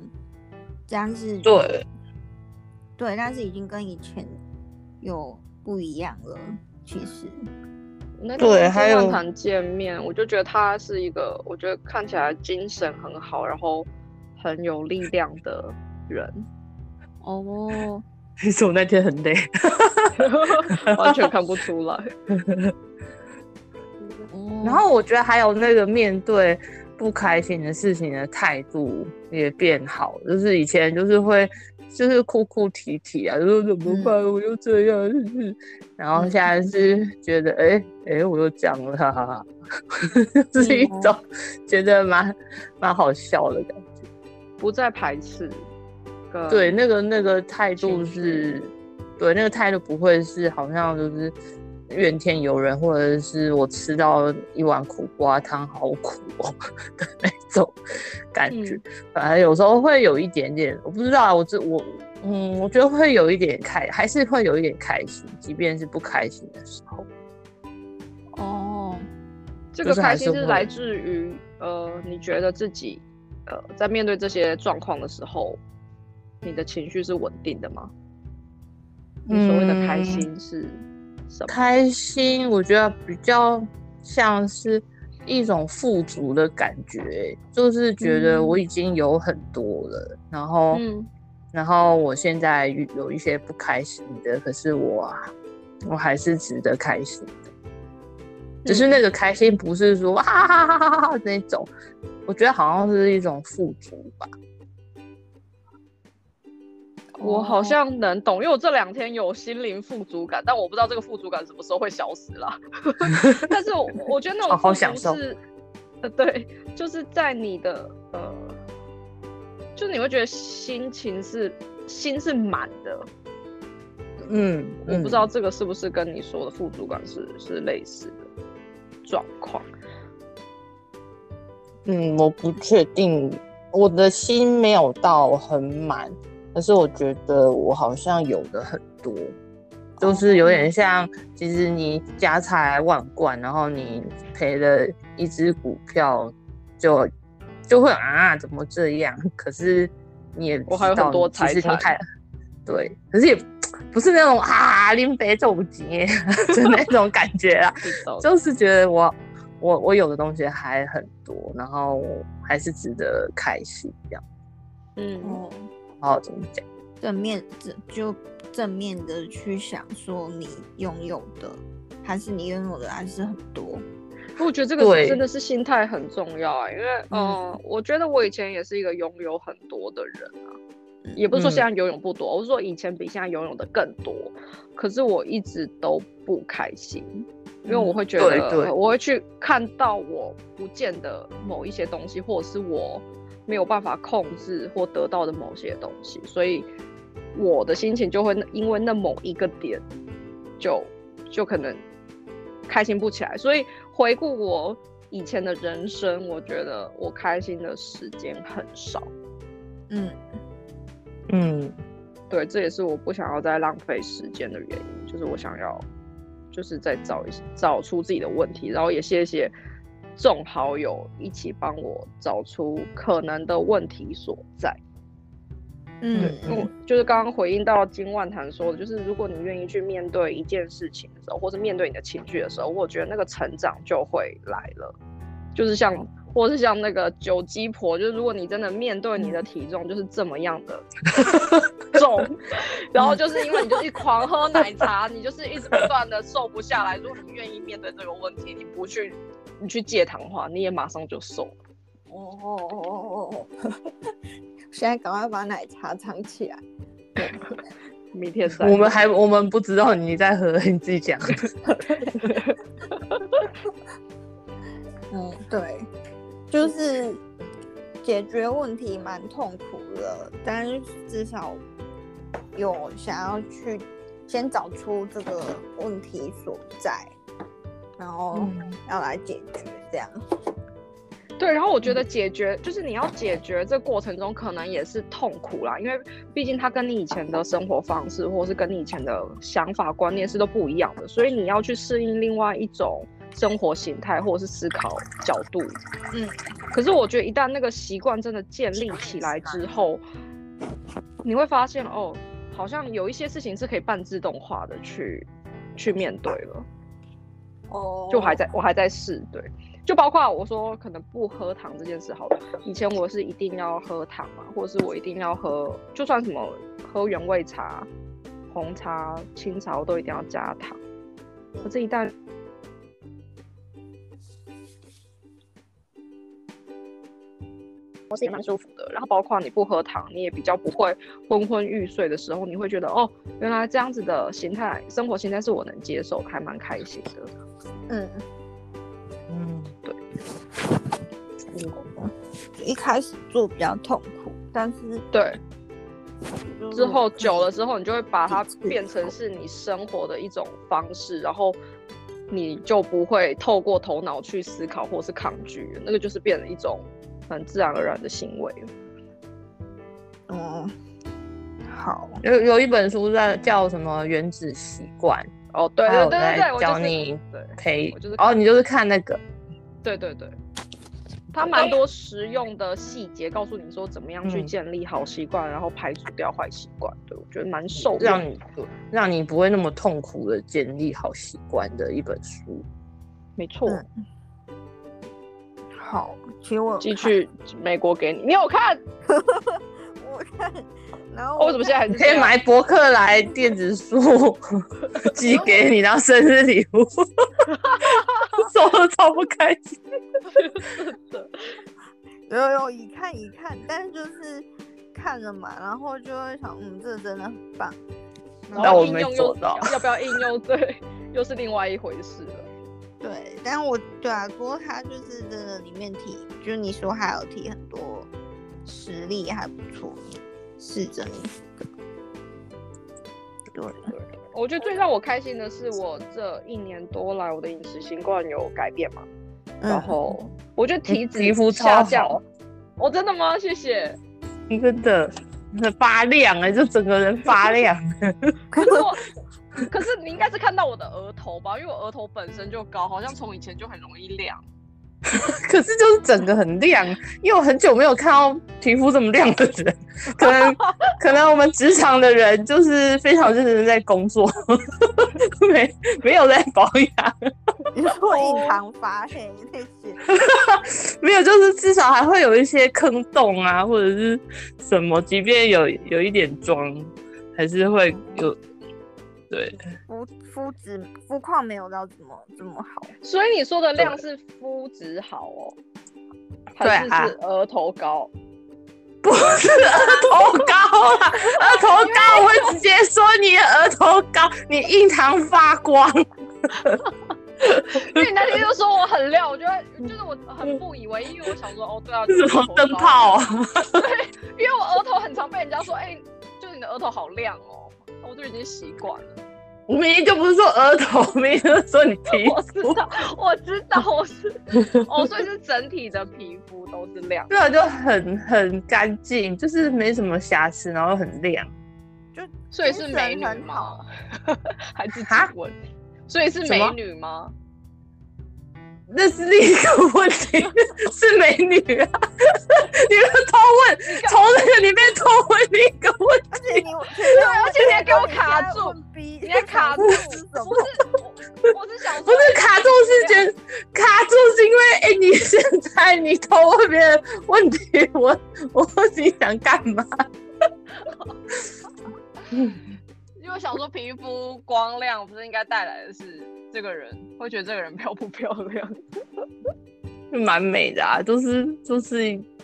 Speaker 3: 但是
Speaker 2: 对，
Speaker 3: 对，但是已经跟以前有不一样了。其实，
Speaker 1: 那
Speaker 2: 对还有
Speaker 1: 谈见面，我就觉得他是一个，我觉得看起来精神很好，然后很有力量的人，
Speaker 3: 哦，
Speaker 2: 其实我那天很累。
Speaker 1: 完全看不出来。
Speaker 3: 哦
Speaker 2: 然后我觉得还有那个面对不开心的事情的态度也变好，就是以前就是会就是哭哭啼啼啊，就说怎么办，我又这样，就是然后现在是觉得哎哎、诶我又这样了，哈哈哈， 就是一种觉得蛮蛮好笑的感觉。
Speaker 1: 不再排斥，跟
Speaker 2: 对，那个那个态度
Speaker 1: 嗯情绪
Speaker 2: 是，对，那个态度不会是好像就是怨天尤人，或者是我吃到一碗苦瓜汤好苦哦 的那种感
Speaker 1: 嗯
Speaker 2: 觉。反正有时候会有一点点，我不知道啊，我这我嗯，我觉得会有一点开，还是会有一点开心，即便是不开心的时候。
Speaker 3: 哦，
Speaker 1: 这
Speaker 2: 就
Speaker 1: 个
Speaker 2: 是还
Speaker 1: 开心
Speaker 2: 是
Speaker 1: 是
Speaker 2: 会
Speaker 1: 来自于呃，你觉得自己呃在面对这些状况的时候，你的情绪是稳定的吗？你所谓的开
Speaker 2: 嗯
Speaker 1: 心是什么？
Speaker 2: 开心，我觉得比较像是一种富足的感觉，就是觉得我已经有很多了，然后，
Speaker 1: 嗯
Speaker 2: 然后我现在有一些不开心的，可是我啊，我还是值得开心的。
Speaker 1: 嗯
Speaker 2: 只是那个开心不是说啊哈哈哈哈哈哈那种，我觉得好像是一种富足吧。
Speaker 1: 我好像能懂，因为我这两天有心灵富足感，但我不知道这个富足感什么时候会消失啦。 但是我我觉得那
Speaker 4: 好哦
Speaker 1: 种
Speaker 4: 好
Speaker 1: 富
Speaker 4: 享受
Speaker 1: 足是，呃，对，就是在你的呃，就你会觉得心情是心是满的。
Speaker 4: 嗯，
Speaker 1: 我不
Speaker 4: 嗯
Speaker 1: 知道这个是不是跟你说的富足感是是类似的状况。
Speaker 2: 嗯，我不确定，我的心没有到很满，可是我觉得我好像有的很多，
Speaker 1: 哦
Speaker 4: 就是有点像，其实你家财万贯，然后你赔了一只股票，就就会啊，怎么这样？可是你也
Speaker 1: 我还有很多
Speaker 4: 知道其实
Speaker 1: 财
Speaker 4: 你
Speaker 1: 产
Speaker 4: 太对，可是也不是那种啊拎杯重劫 的那种感觉啊，
Speaker 1: 不知道
Speaker 4: 就是觉得我我我有的东西还很多，然后还是值得开心这样。
Speaker 1: 嗯，
Speaker 3: 哦，
Speaker 4: 然后怎么讲？
Speaker 3: 正面正就正面的去想说你拥有的，还是你拥有的还是很多。
Speaker 1: 我觉得这个
Speaker 4: 对
Speaker 1: 是真的是心态很重要啊、因为嗯、呃我觉得我以前也是一个拥有很多的人啊，也不是说现在游泳不多，我是说以前比现在游泳的更多，可是我一直都不开心，因为我会觉得
Speaker 4: 对、对
Speaker 1: 呃我会去看到我不见的某一些东西，或者是我没有办法控制或得到的某些东西，所以我的心情就会因为那某一个点就就可能开心不起来。所以回顾我以前的人生，我觉得我开心的时间很少。
Speaker 3: 嗯，
Speaker 4: 嗯，
Speaker 1: 对，这也是我不想要再浪费时间的原因，就是我想要，就是再找一些找出自己的问题，然后也谢谢众好友一起帮我找出可能的问题所在。
Speaker 3: 嗯
Speaker 1: 因为
Speaker 3: 嗯
Speaker 1: 我就是刚刚回应到金万谈说的，就是如果你愿意去面对一件事情的时候，或是面对你的情绪的时候，我觉得那个成长就会来了。就是像，或是像那个九鸡婆，就是如果你真的面对你的
Speaker 4: 嗯
Speaker 1: 体重就是这么样的 重，
Speaker 4: 嗯
Speaker 1: 然后就是因为你就是狂喝奶茶，你就是一直不断的瘦不下来。如果你愿意面对这个问题，你不去你去戒糖的话，你也马上就瘦。
Speaker 3: 哦哦哦哦哦 哦，现在赶快把奶茶藏起来。
Speaker 1: 明天再
Speaker 4: 我们
Speaker 1: 喝
Speaker 4: 还我们不知道你在喝，你自己 讲。
Speaker 3: 嗯，对，就是解决问题蛮痛苦的，但是至少有想要去先找出这个问题所在，然后
Speaker 1: 嗯
Speaker 3: 要来解决这样。
Speaker 1: 对，然后我觉得解决就是你要解决这过程中可能也是痛苦啦，因为毕竟它跟你以前的生活方式或是跟你以前的想法观念是都不一样的，所以你要去适应另外一种生活形态或者是思考角度。
Speaker 3: 嗯，
Speaker 1: 可是我觉得一旦那个习惯真的建立起来之后，你会发现哦，好像有一些事情是可以半自动化的去去面对了。
Speaker 3: 哦
Speaker 1: 就我还在我还在试，对，就包括我说可能不喝糖这件事好了，以前我是一定要喝糖嘛，或者是我一定要喝，就算什么喝原味茶、红茶、清茶，我都一定要加糖。可是，一旦我是也蛮舒服的，然后包括你不喝糖，你也比较不会昏昏欲睡的时候，你会觉得哦，原来这样子的形态、生活形态是我能接受的，还蛮开心的。
Speaker 3: 嗯，
Speaker 4: 嗯，
Speaker 1: 嗯
Speaker 3: 一开始做比较痛苦，但是
Speaker 1: 对，
Speaker 3: 就是
Speaker 1: 之后久了之后，你就会把它
Speaker 3: 自己
Speaker 1: 变成是你生活的一种方式，然后你就不会透过头脑去思考或是抗拒，那个就是变成一种很自然而然的行为。
Speaker 3: 嗯，好，
Speaker 4: 有有一本书在叫什么《原子习惯
Speaker 1: 哦，对
Speaker 4: 还有
Speaker 1: 对对对对，
Speaker 4: 在
Speaker 1: 我
Speaker 4: 教
Speaker 1: 就是
Speaker 4: 你
Speaker 1: 对》
Speaker 4: 陪
Speaker 1: 我就是
Speaker 4: 哦，你就是看那个，
Speaker 1: 对对对，它蛮多实用的细节，告诉你说怎么样去
Speaker 4: 嗯
Speaker 1: 建立好习惯，然后排除掉坏习惯。对我觉得蛮受用
Speaker 4: 让你让你不会那么痛苦的建立好习惯的一本书。
Speaker 1: 没错，
Speaker 3: 嗯好，其实我有
Speaker 1: 寄去美国给你，你有看？
Speaker 3: 看我看， 然后
Speaker 1: 哦、为什么现在还是
Speaker 4: 你可以
Speaker 1: 这样
Speaker 4: 买博客来电子 书寄给你当生日礼物， 收的超不开心。
Speaker 3: 有有一看一看，但是就是看了嘛，然后就会想，嗯，这真的很棒。然
Speaker 1: 然
Speaker 5: 但
Speaker 1: 后
Speaker 5: 我
Speaker 1: 应
Speaker 5: 没
Speaker 1: 用
Speaker 5: 做
Speaker 1: 又
Speaker 5: 到
Speaker 1: 要不要应用对，又是另外一回事了。
Speaker 3: 对，但我对啊，不过他就是真的里面提，就是你说还有提很多实力还不错，是真的。对，
Speaker 1: 我觉得最让我开心的是，我这一年多来我的饮食习惯有改变嘛，
Speaker 3: 嗯
Speaker 2: 嗯
Speaker 1: 然后我觉得体脂
Speaker 2: 皮肤超
Speaker 1: 下降
Speaker 2: 好。
Speaker 1: 我、真的吗？谢谢。
Speaker 2: 真的发亮哎、就整个人发亮。
Speaker 1: 可是我，可是你应该是看到我的额头吧，因为我额头本身就高，好像从以前就很容易亮。
Speaker 2: 可是就是整个很亮，因为我很久没有看到皮肤这么亮的人，可能可能我们职场的人就是非常认真地在工作， 没没有在保养，
Speaker 3: 你说 隐藏发黑那些，
Speaker 2: 没有就是至少还会有一些坑洞啊，或者是什么，即便有有一点妆，还是会有对
Speaker 3: 肤肤质肤况没有到怎么这么 好，
Speaker 1: 所以你说的亮是肤质好哦，
Speaker 2: 对
Speaker 1: 还
Speaker 2: 啊
Speaker 1: 是是额头高？
Speaker 2: 额头高啦，额头高，我会直接说你的额头高，你印堂发光。
Speaker 1: 因为你那天就说我很亮，我觉得就是我很不以为意，因为我想说哦，对啊，就是
Speaker 2: 什么
Speaker 1: 头
Speaker 2: 灯
Speaker 1: 高
Speaker 2: 泡啊？
Speaker 1: 因为我额头很常被人家说，哎、就是你的额头好亮哦，我就已经习惯了。
Speaker 2: 我明明就不是说额头，明明就是说你皮
Speaker 1: 我知
Speaker 2: 肤，
Speaker 1: 道，我知道，我是哦，所以是整体的皮肤都是亮。
Speaker 2: 对啊，就很很干净，就是没什么瑕疵，然后很亮。
Speaker 1: 所以是美女
Speaker 3: 精神很
Speaker 1: 吗
Speaker 3: 好？啊
Speaker 1: 还是
Speaker 2: 哈
Speaker 1: 问？所以是
Speaker 2: 什
Speaker 1: 美
Speaker 2: 么
Speaker 1: 女吗？
Speaker 2: 那是另一个问题，是美女啊！ 你们偷问，从那个里面偷问另一个问题，
Speaker 3: 而且你
Speaker 1: 对，啊
Speaker 3: 对
Speaker 1: 而且你还给我卡住，，
Speaker 3: 你
Speaker 1: 你还卡住，不是
Speaker 3: 什么？
Speaker 1: 我，我是想说
Speaker 2: 不是卡住是觉得卡住是因为哎、你现在你偷问别人问题，我 我你想干嘛？
Speaker 1: 因为想说皮肤光亮不是应该带来的是这个人会觉得这个人漂不漂亮？
Speaker 2: 蛮美的啊，就是就是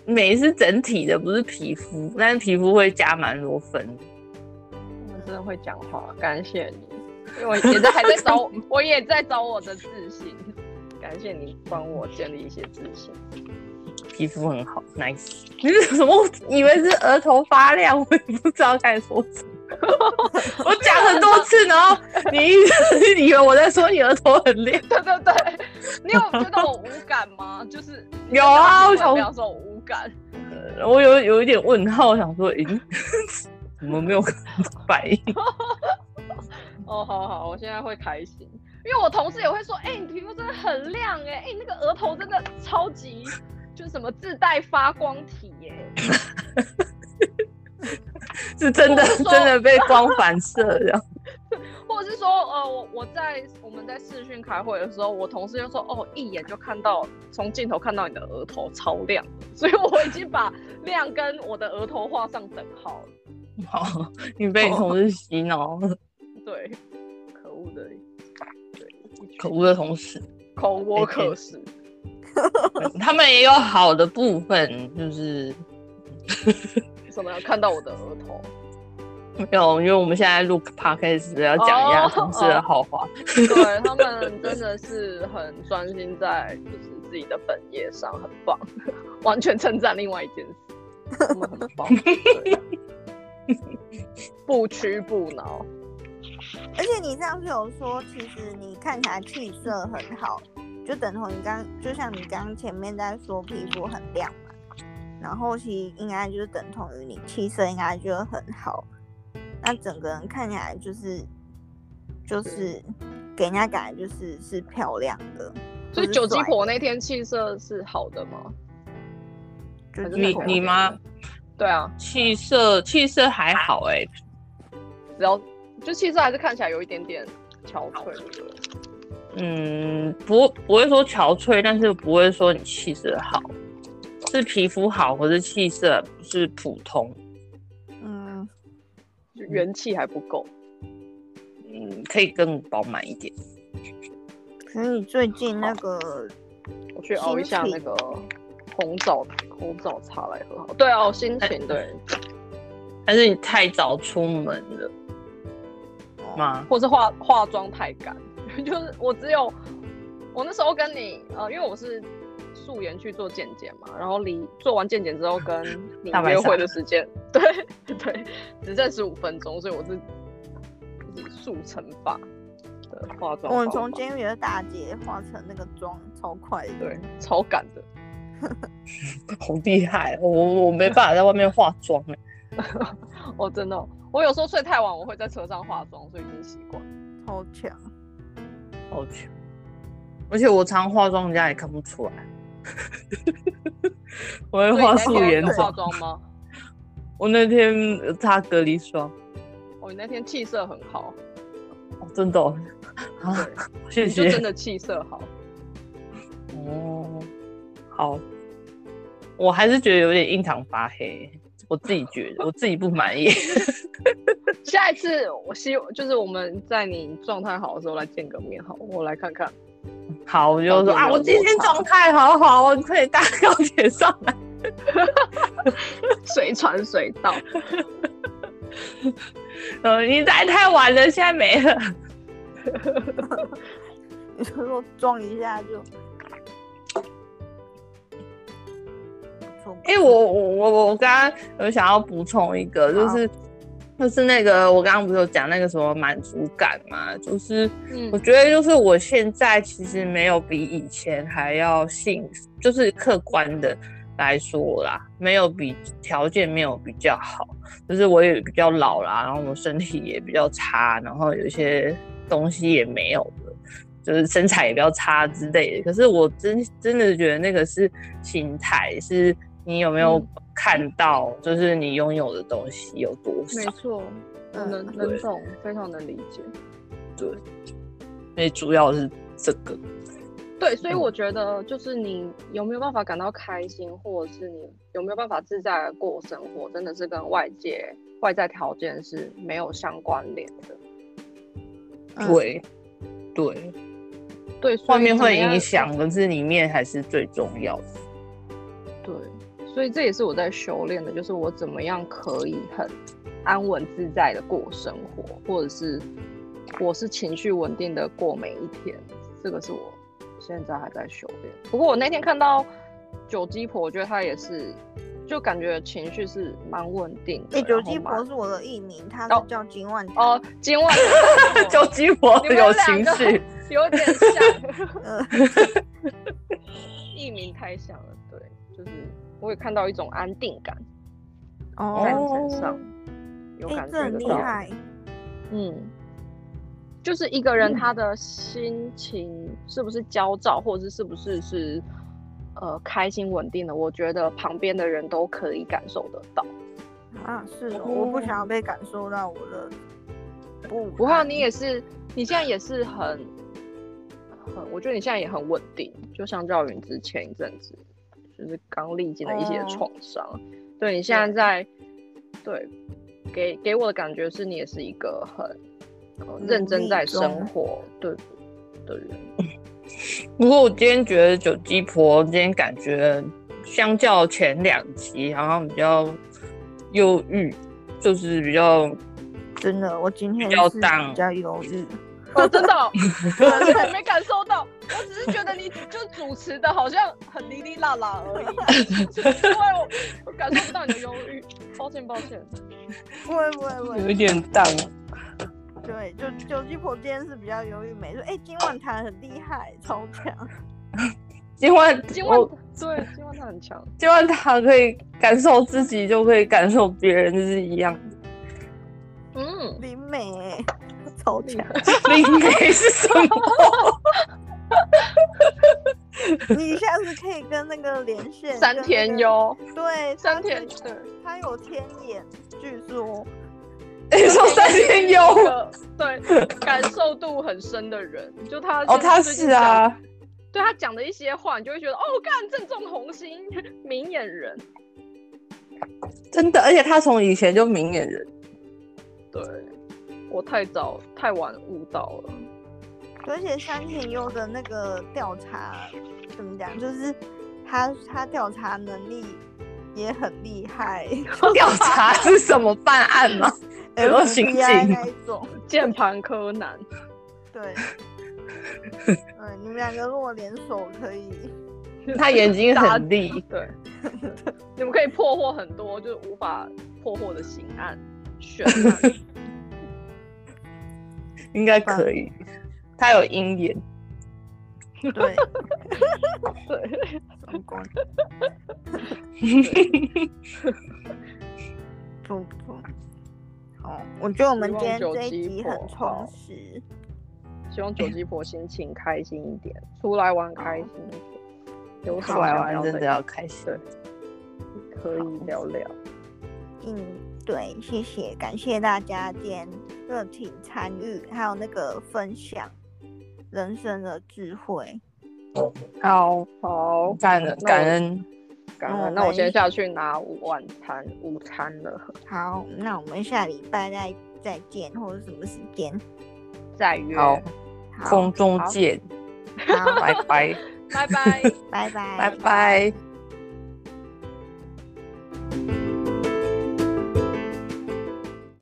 Speaker 2: 美是整体的，不是皮肤，但是皮肤会加蛮多分的。
Speaker 1: 我真的会讲话，感谢你，因为我也在还在找我，我也在找我的自信，感谢你帮我建立一些自信。
Speaker 2: 皮肤很好，nice。你是什么？以为是额头发亮，我也不知道该说什么。 我讲很多次，然后你一直以为我在说你额头很亮，
Speaker 1: 对对对，你有觉得我无感吗？ 就是你
Speaker 2: 有啊
Speaker 1: 跟
Speaker 2: 我
Speaker 1: 大家
Speaker 2: 想
Speaker 1: 不要说我无感，
Speaker 2: 我有有一点问号，想说，咦、怎么没有反应？
Speaker 1: 哦，好好，我现在会开心，因为我同事也会说，哎、你皮肤真的很亮、哎，哎，那个额头真的超级，就是什么自带发光体、欸耶。
Speaker 2: 是真的
Speaker 1: 我是说
Speaker 2: 真的被光反射这样。
Speaker 1: 或者是说，呃，我我在我们在视讯开会的时候，我同事就说，哦，一眼就看到从镜头看到你的额头超亮，所以我已经把亮跟我的额头画上等号了。
Speaker 2: 好， 哦你被你同事洗脑，
Speaker 1: 对，可恶的，对，一群
Speaker 2: 可恶的同事。
Speaker 1: 口窝可是。
Speaker 2: 他们也有好的部分，就是
Speaker 1: 什么？看到我的额头？
Speaker 2: 没有，因为我们现在录 podcast 要讲一下
Speaker 1: 哦
Speaker 2: 同事的好话。
Speaker 1: 对他们真的是很专心在就是自己的本业上，很棒，完全称赞另外一件事，他们很棒，对啊不屈不挠。
Speaker 3: 而且你上次有说，其实你看起来气色很好，就等同你刚，就像你刚前面在说皮肤很亮嘛，然后其实应该就是等同于你气色应该就很好，那整个人看起来就是就是给人家感觉就是是漂亮的，
Speaker 1: 所以
Speaker 3: 不是
Speaker 1: 九鸡
Speaker 3: 帅
Speaker 1: 婆那天气色是好的吗？
Speaker 3: 就
Speaker 1: 还
Speaker 3: 是
Speaker 1: 啊是
Speaker 2: 你
Speaker 1: 口
Speaker 2: 你吗？
Speaker 1: 对啊，
Speaker 2: 气色气色还好哎、
Speaker 1: 只要就气色还是看起来有一点点憔悴，对不对？
Speaker 2: 嗯，不不会说憔悴，但是不会说你气色好，是皮肤好，可是气色不是普通。
Speaker 3: 嗯，
Speaker 1: 就元气还不够。
Speaker 2: 嗯，可以更饱满一点。
Speaker 3: 可是你最近那个
Speaker 1: 我去熬一下
Speaker 3: 心
Speaker 1: 那
Speaker 3: 情
Speaker 1: 啊个红枣红枣茶来喝好。对哦，心情对，
Speaker 2: 还是你太早出门了吗？
Speaker 1: 或是化化妆太赶， 就是我只有我那时候跟你呃，因为我是素颜去做健检嘛，然后离做完健检之后跟你
Speaker 4: 大白
Speaker 1: 约
Speaker 4: 鲨
Speaker 1: 会的时间，对对， 只剩十五分钟，所以我是就是速成法的化妆方法，
Speaker 3: 我们从监狱的大姐化成那个妆，超快的。
Speaker 1: 对超赶的，
Speaker 2: 好厉害哦，我我没办法在外面化妆哎、
Speaker 1: 哦真的哦、我有时候睡太晚，我会在车上化妆，所以已经习惯。
Speaker 3: 超强。
Speaker 2: 好强！
Speaker 4: 而且我常化妆，人家也看不出来。
Speaker 2: 我会
Speaker 1: 所以
Speaker 2: 画
Speaker 1: 你那
Speaker 2: 素
Speaker 1: 天
Speaker 2: 颜
Speaker 1: 有化
Speaker 2: 妆。
Speaker 1: 妆吗？
Speaker 2: 我那天擦隔离霜，
Speaker 1: 哦，你那天气色很好，
Speaker 2: 哦，真 的、哦，啊，谢
Speaker 1: 你就真
Speaker 2: 谢。
Speaker 1: 的气色好。
Speaker 2: 哦，好，我还是觉得有点印堂发黑，我自己觉得，我自己不满意。
Speaker 1: 下一次我希就是我们在你状态好的时候来见个面，好，我来看 看。
Speaker 2: 好，我就
Speaker 1: 到
Speaker 2: 说
Speaker 1: 底
Speaker 2: 啊，
Speaker 1: 有
Speaker 2: 我今
Speaker 1: 多
Speaker 2: 天
Speaker 1: 差
Speaker 2: 状态好好哦，你快点搭高铁上来。
Speaker 1: 随传随到，
Speaker 2: 呃，你来太晚了，现在没了。
Speaker 3: 你就说撞一下就。
Speaker 2: 哎、我我我我刚刚有想要补充一个，就
Speaker 3: 好
Speaker 2: 是就是那个我刚刚不是有讲那个什么满足感嘛，就是
Speaker 1: 嗯
Speaker 2: 我觉得就是我现在其实没有比以前还要幸福，就是客观的来说啦，没有比条件没有比较好，就是我也比较老啦，然后我身体也比较差，然后有一些东西也没有了。就是身材也比较差之类的。可是我真真的觉得那个是心态，是你有没有看到，就是你拥有的东西有多少。
Speaker 1: 错，我能
Speaker 3: 嗯
Speaker 1: 能懂，非常能理解。
Speaker 2: 所以主要是这个。
Speaker 1: 对，所以
Speaker 2: 嗯
Speaker 1: 我觉得就是你有没有办法感到开心，或者是你有没有办法自在的过生活，真的是跟外界外在条件是没有相关联的。
Speaker 3: 嗯
Speaker 2: 对，对，
Speaker 1: 对，所以
Speaker 2: 外面
Speaker 1: 怎么
Speaker 2: 会
Speaker 1: 样
Speaker 2: 影响，可是里面还是最重要的。
Speaker 1: 对，所以这也是我在修炼的，就是我怎么样可以很安稳自在的过生活，或者是我是情绪稳定的过每一天，这个是我现在还在修炼。不过我那天看到九鸡婆，我觉得她也是，就感觉情绪是蛮稳定的。
Speaker 3: 哎，九
Speaker 1: 然后
Speaker 3: 鸡婆
Speaker 1: 蛮
Speaker 3: 是我的艺名，她
Speaker 1: 哦
Speaker 3: 是叫金万堂。
Speaker 1: 哦，今晚
Speaker 2: 就鸡婆
Speaker 1: 你 们
Speaker 2: 有
Speaker 1: 两
Speaker 2: 情
Speaker 1: 个
Speaker 2: 绪，
Speaker 1: 有点像，
Speaker 3: 呃，
Speaker 1: 艺名太像了，对，就是我也看到一种安定感在你
Speaker 3: 哦，
Speaker 1: 身上，有
Speaker 3: 哎
Speaker 1: 感，
Speaker 3: 这
Speaker 1: 觉
Speaker 3: 很
Speaker 1: 得
Speaker 3: 厉
Speaker 1: 到。
Speaker 3: 害。
Speaker 1: 嗯，就是一个
Speaker 3: 嗯
Speaker 1: 人他的心情是不是焦躁，或者是是不是是呃开心稳定的，我觉得旁边的人都可以感受得到。
Speaker 3: 啊，是哦，我不想要被感受到我的不。
Speaker 1: 不过你也是，你现在也是很很，我觉得你现在也很稳定，就相较于你之前一阵子，就是刚历经了一些
Speaker 3: 哦
Speaker 1: 创伤，对你现在在对给给我的感觉是你也是一个很、呃、认真在生活对的人。
Speaker 2: 不过我今天觉得九鸡婆今天感觉，相较前两集好像比较忧郁，就是比较
Speaker 3: 真的，我今天
Speaker 2: 比较
Speaker 3: 是
Speaker 2: 荡
Speaker 3: 比较犹豫。
Speaker 1: 哦，真的、哦，我真的没感受到，我只是觉得你就主持的好像很哩哩啦啦而已， 就是因为我我感受不到你的忧郁，抱歉抱歉。
Speaker 3: 不会不会不会，
Speaker 2: 有一点淡。
Speaker 3: 对，就九鸡婆今天是比较犹豫没说，哎，金万堂很厉害，超强。
Speaker 2: 今晚
Speaker 1: 今晚
Speaker 2: 我
Speaker 1: 对，今晚他很强，
Speaker 2: 今晚他可以感受自己，就可以感受别人，就是一样。
Speaker 1: 嗯，
Speaker 3: 林美、超强！
Speaker 2: 灵媒是 什么？
Speaker 3: 你下次可以跟那个连线，
Speaker 1: 山田，优，
Speaker 3: 对，
Speaker 1: 山田
Speaker 3: 他
Speaker 1: 对，
Speaker 3: 他有天眼，据说
Speaker 2: 你说三千幽？
Speaker 1: 对，感受度很深的人，就他
Speaker 2: 哦，他是，啊，
Speaker 1: 对他讲的一些话，你就会觉得哦，干正中红心，明眼人，
Speaker 2: 真的，而且他从以前就明眼 人。
Speaker 1: 对我太早太晚悟到了，
Speaker 3: 而且山田优的那个调查怎么讲，就是他他调查能力也很厉 害
Speaker 2: 调查是什么办案吗？有没有刑
Speaker 3: ，FBI
Speaker 2: 警
Speaker 3: 那一种。
Speaker 1: 键盘柯南，
Speaker 3: 对， 对，你们两个如果联手可以，
Speaker 2: 他眼睛很利，
Speaker 1: 对，你们可以破获很多就是无法破获的刑案、悬案。
Speaker 2: 应该可以。他有鹰眼，
Speaker 3: 对，
Speaker 1: 对，
Speaker 3: 成功。不不，好，我觉得我们今天这一集很充实。
Speaker 1: 希望九
Speaker 2: 哎
Speaker 1: 鸡婆心情开心一点，出来玩开心一点。有什
Speaker 2: 哦出
Speaker 1: 么
Speaker 2: 来
Speaker 1: 想
Speaker 2: 玩
Speaker 1: 要
Speaker 2: 真的要开心
Speaker 1: 对。可以聊聊。
Speaker 3: 嗯，对，谢谢，感谢大家今天热情参与，还有那个分享人生的智慧。
Speaker 2: 好，
Speaker 1: 好，
Speaker 2: 感恩
Speaker 1: 那我
Speaker 2: 感恩，
Speaker 1: 感
Speaker 3: 那我
Speaker 1: 恩。那我
Speaker 3: 们
Speaker 1: 先下去拿晚餐午餐了，
Speaker 3: 好，那我们下礼拜再再见，或者什么时间？
Speaker 1: 再约。
Speaker 2: 好，
Speaker 3: 好，
Speaker 2: 空中见，
Speaker 3: 好，
Speaker 2: 拜拜，
Speaker 1: 拜拜。
Speaker 3: 拜拜，
Speaker 2: 拜拜。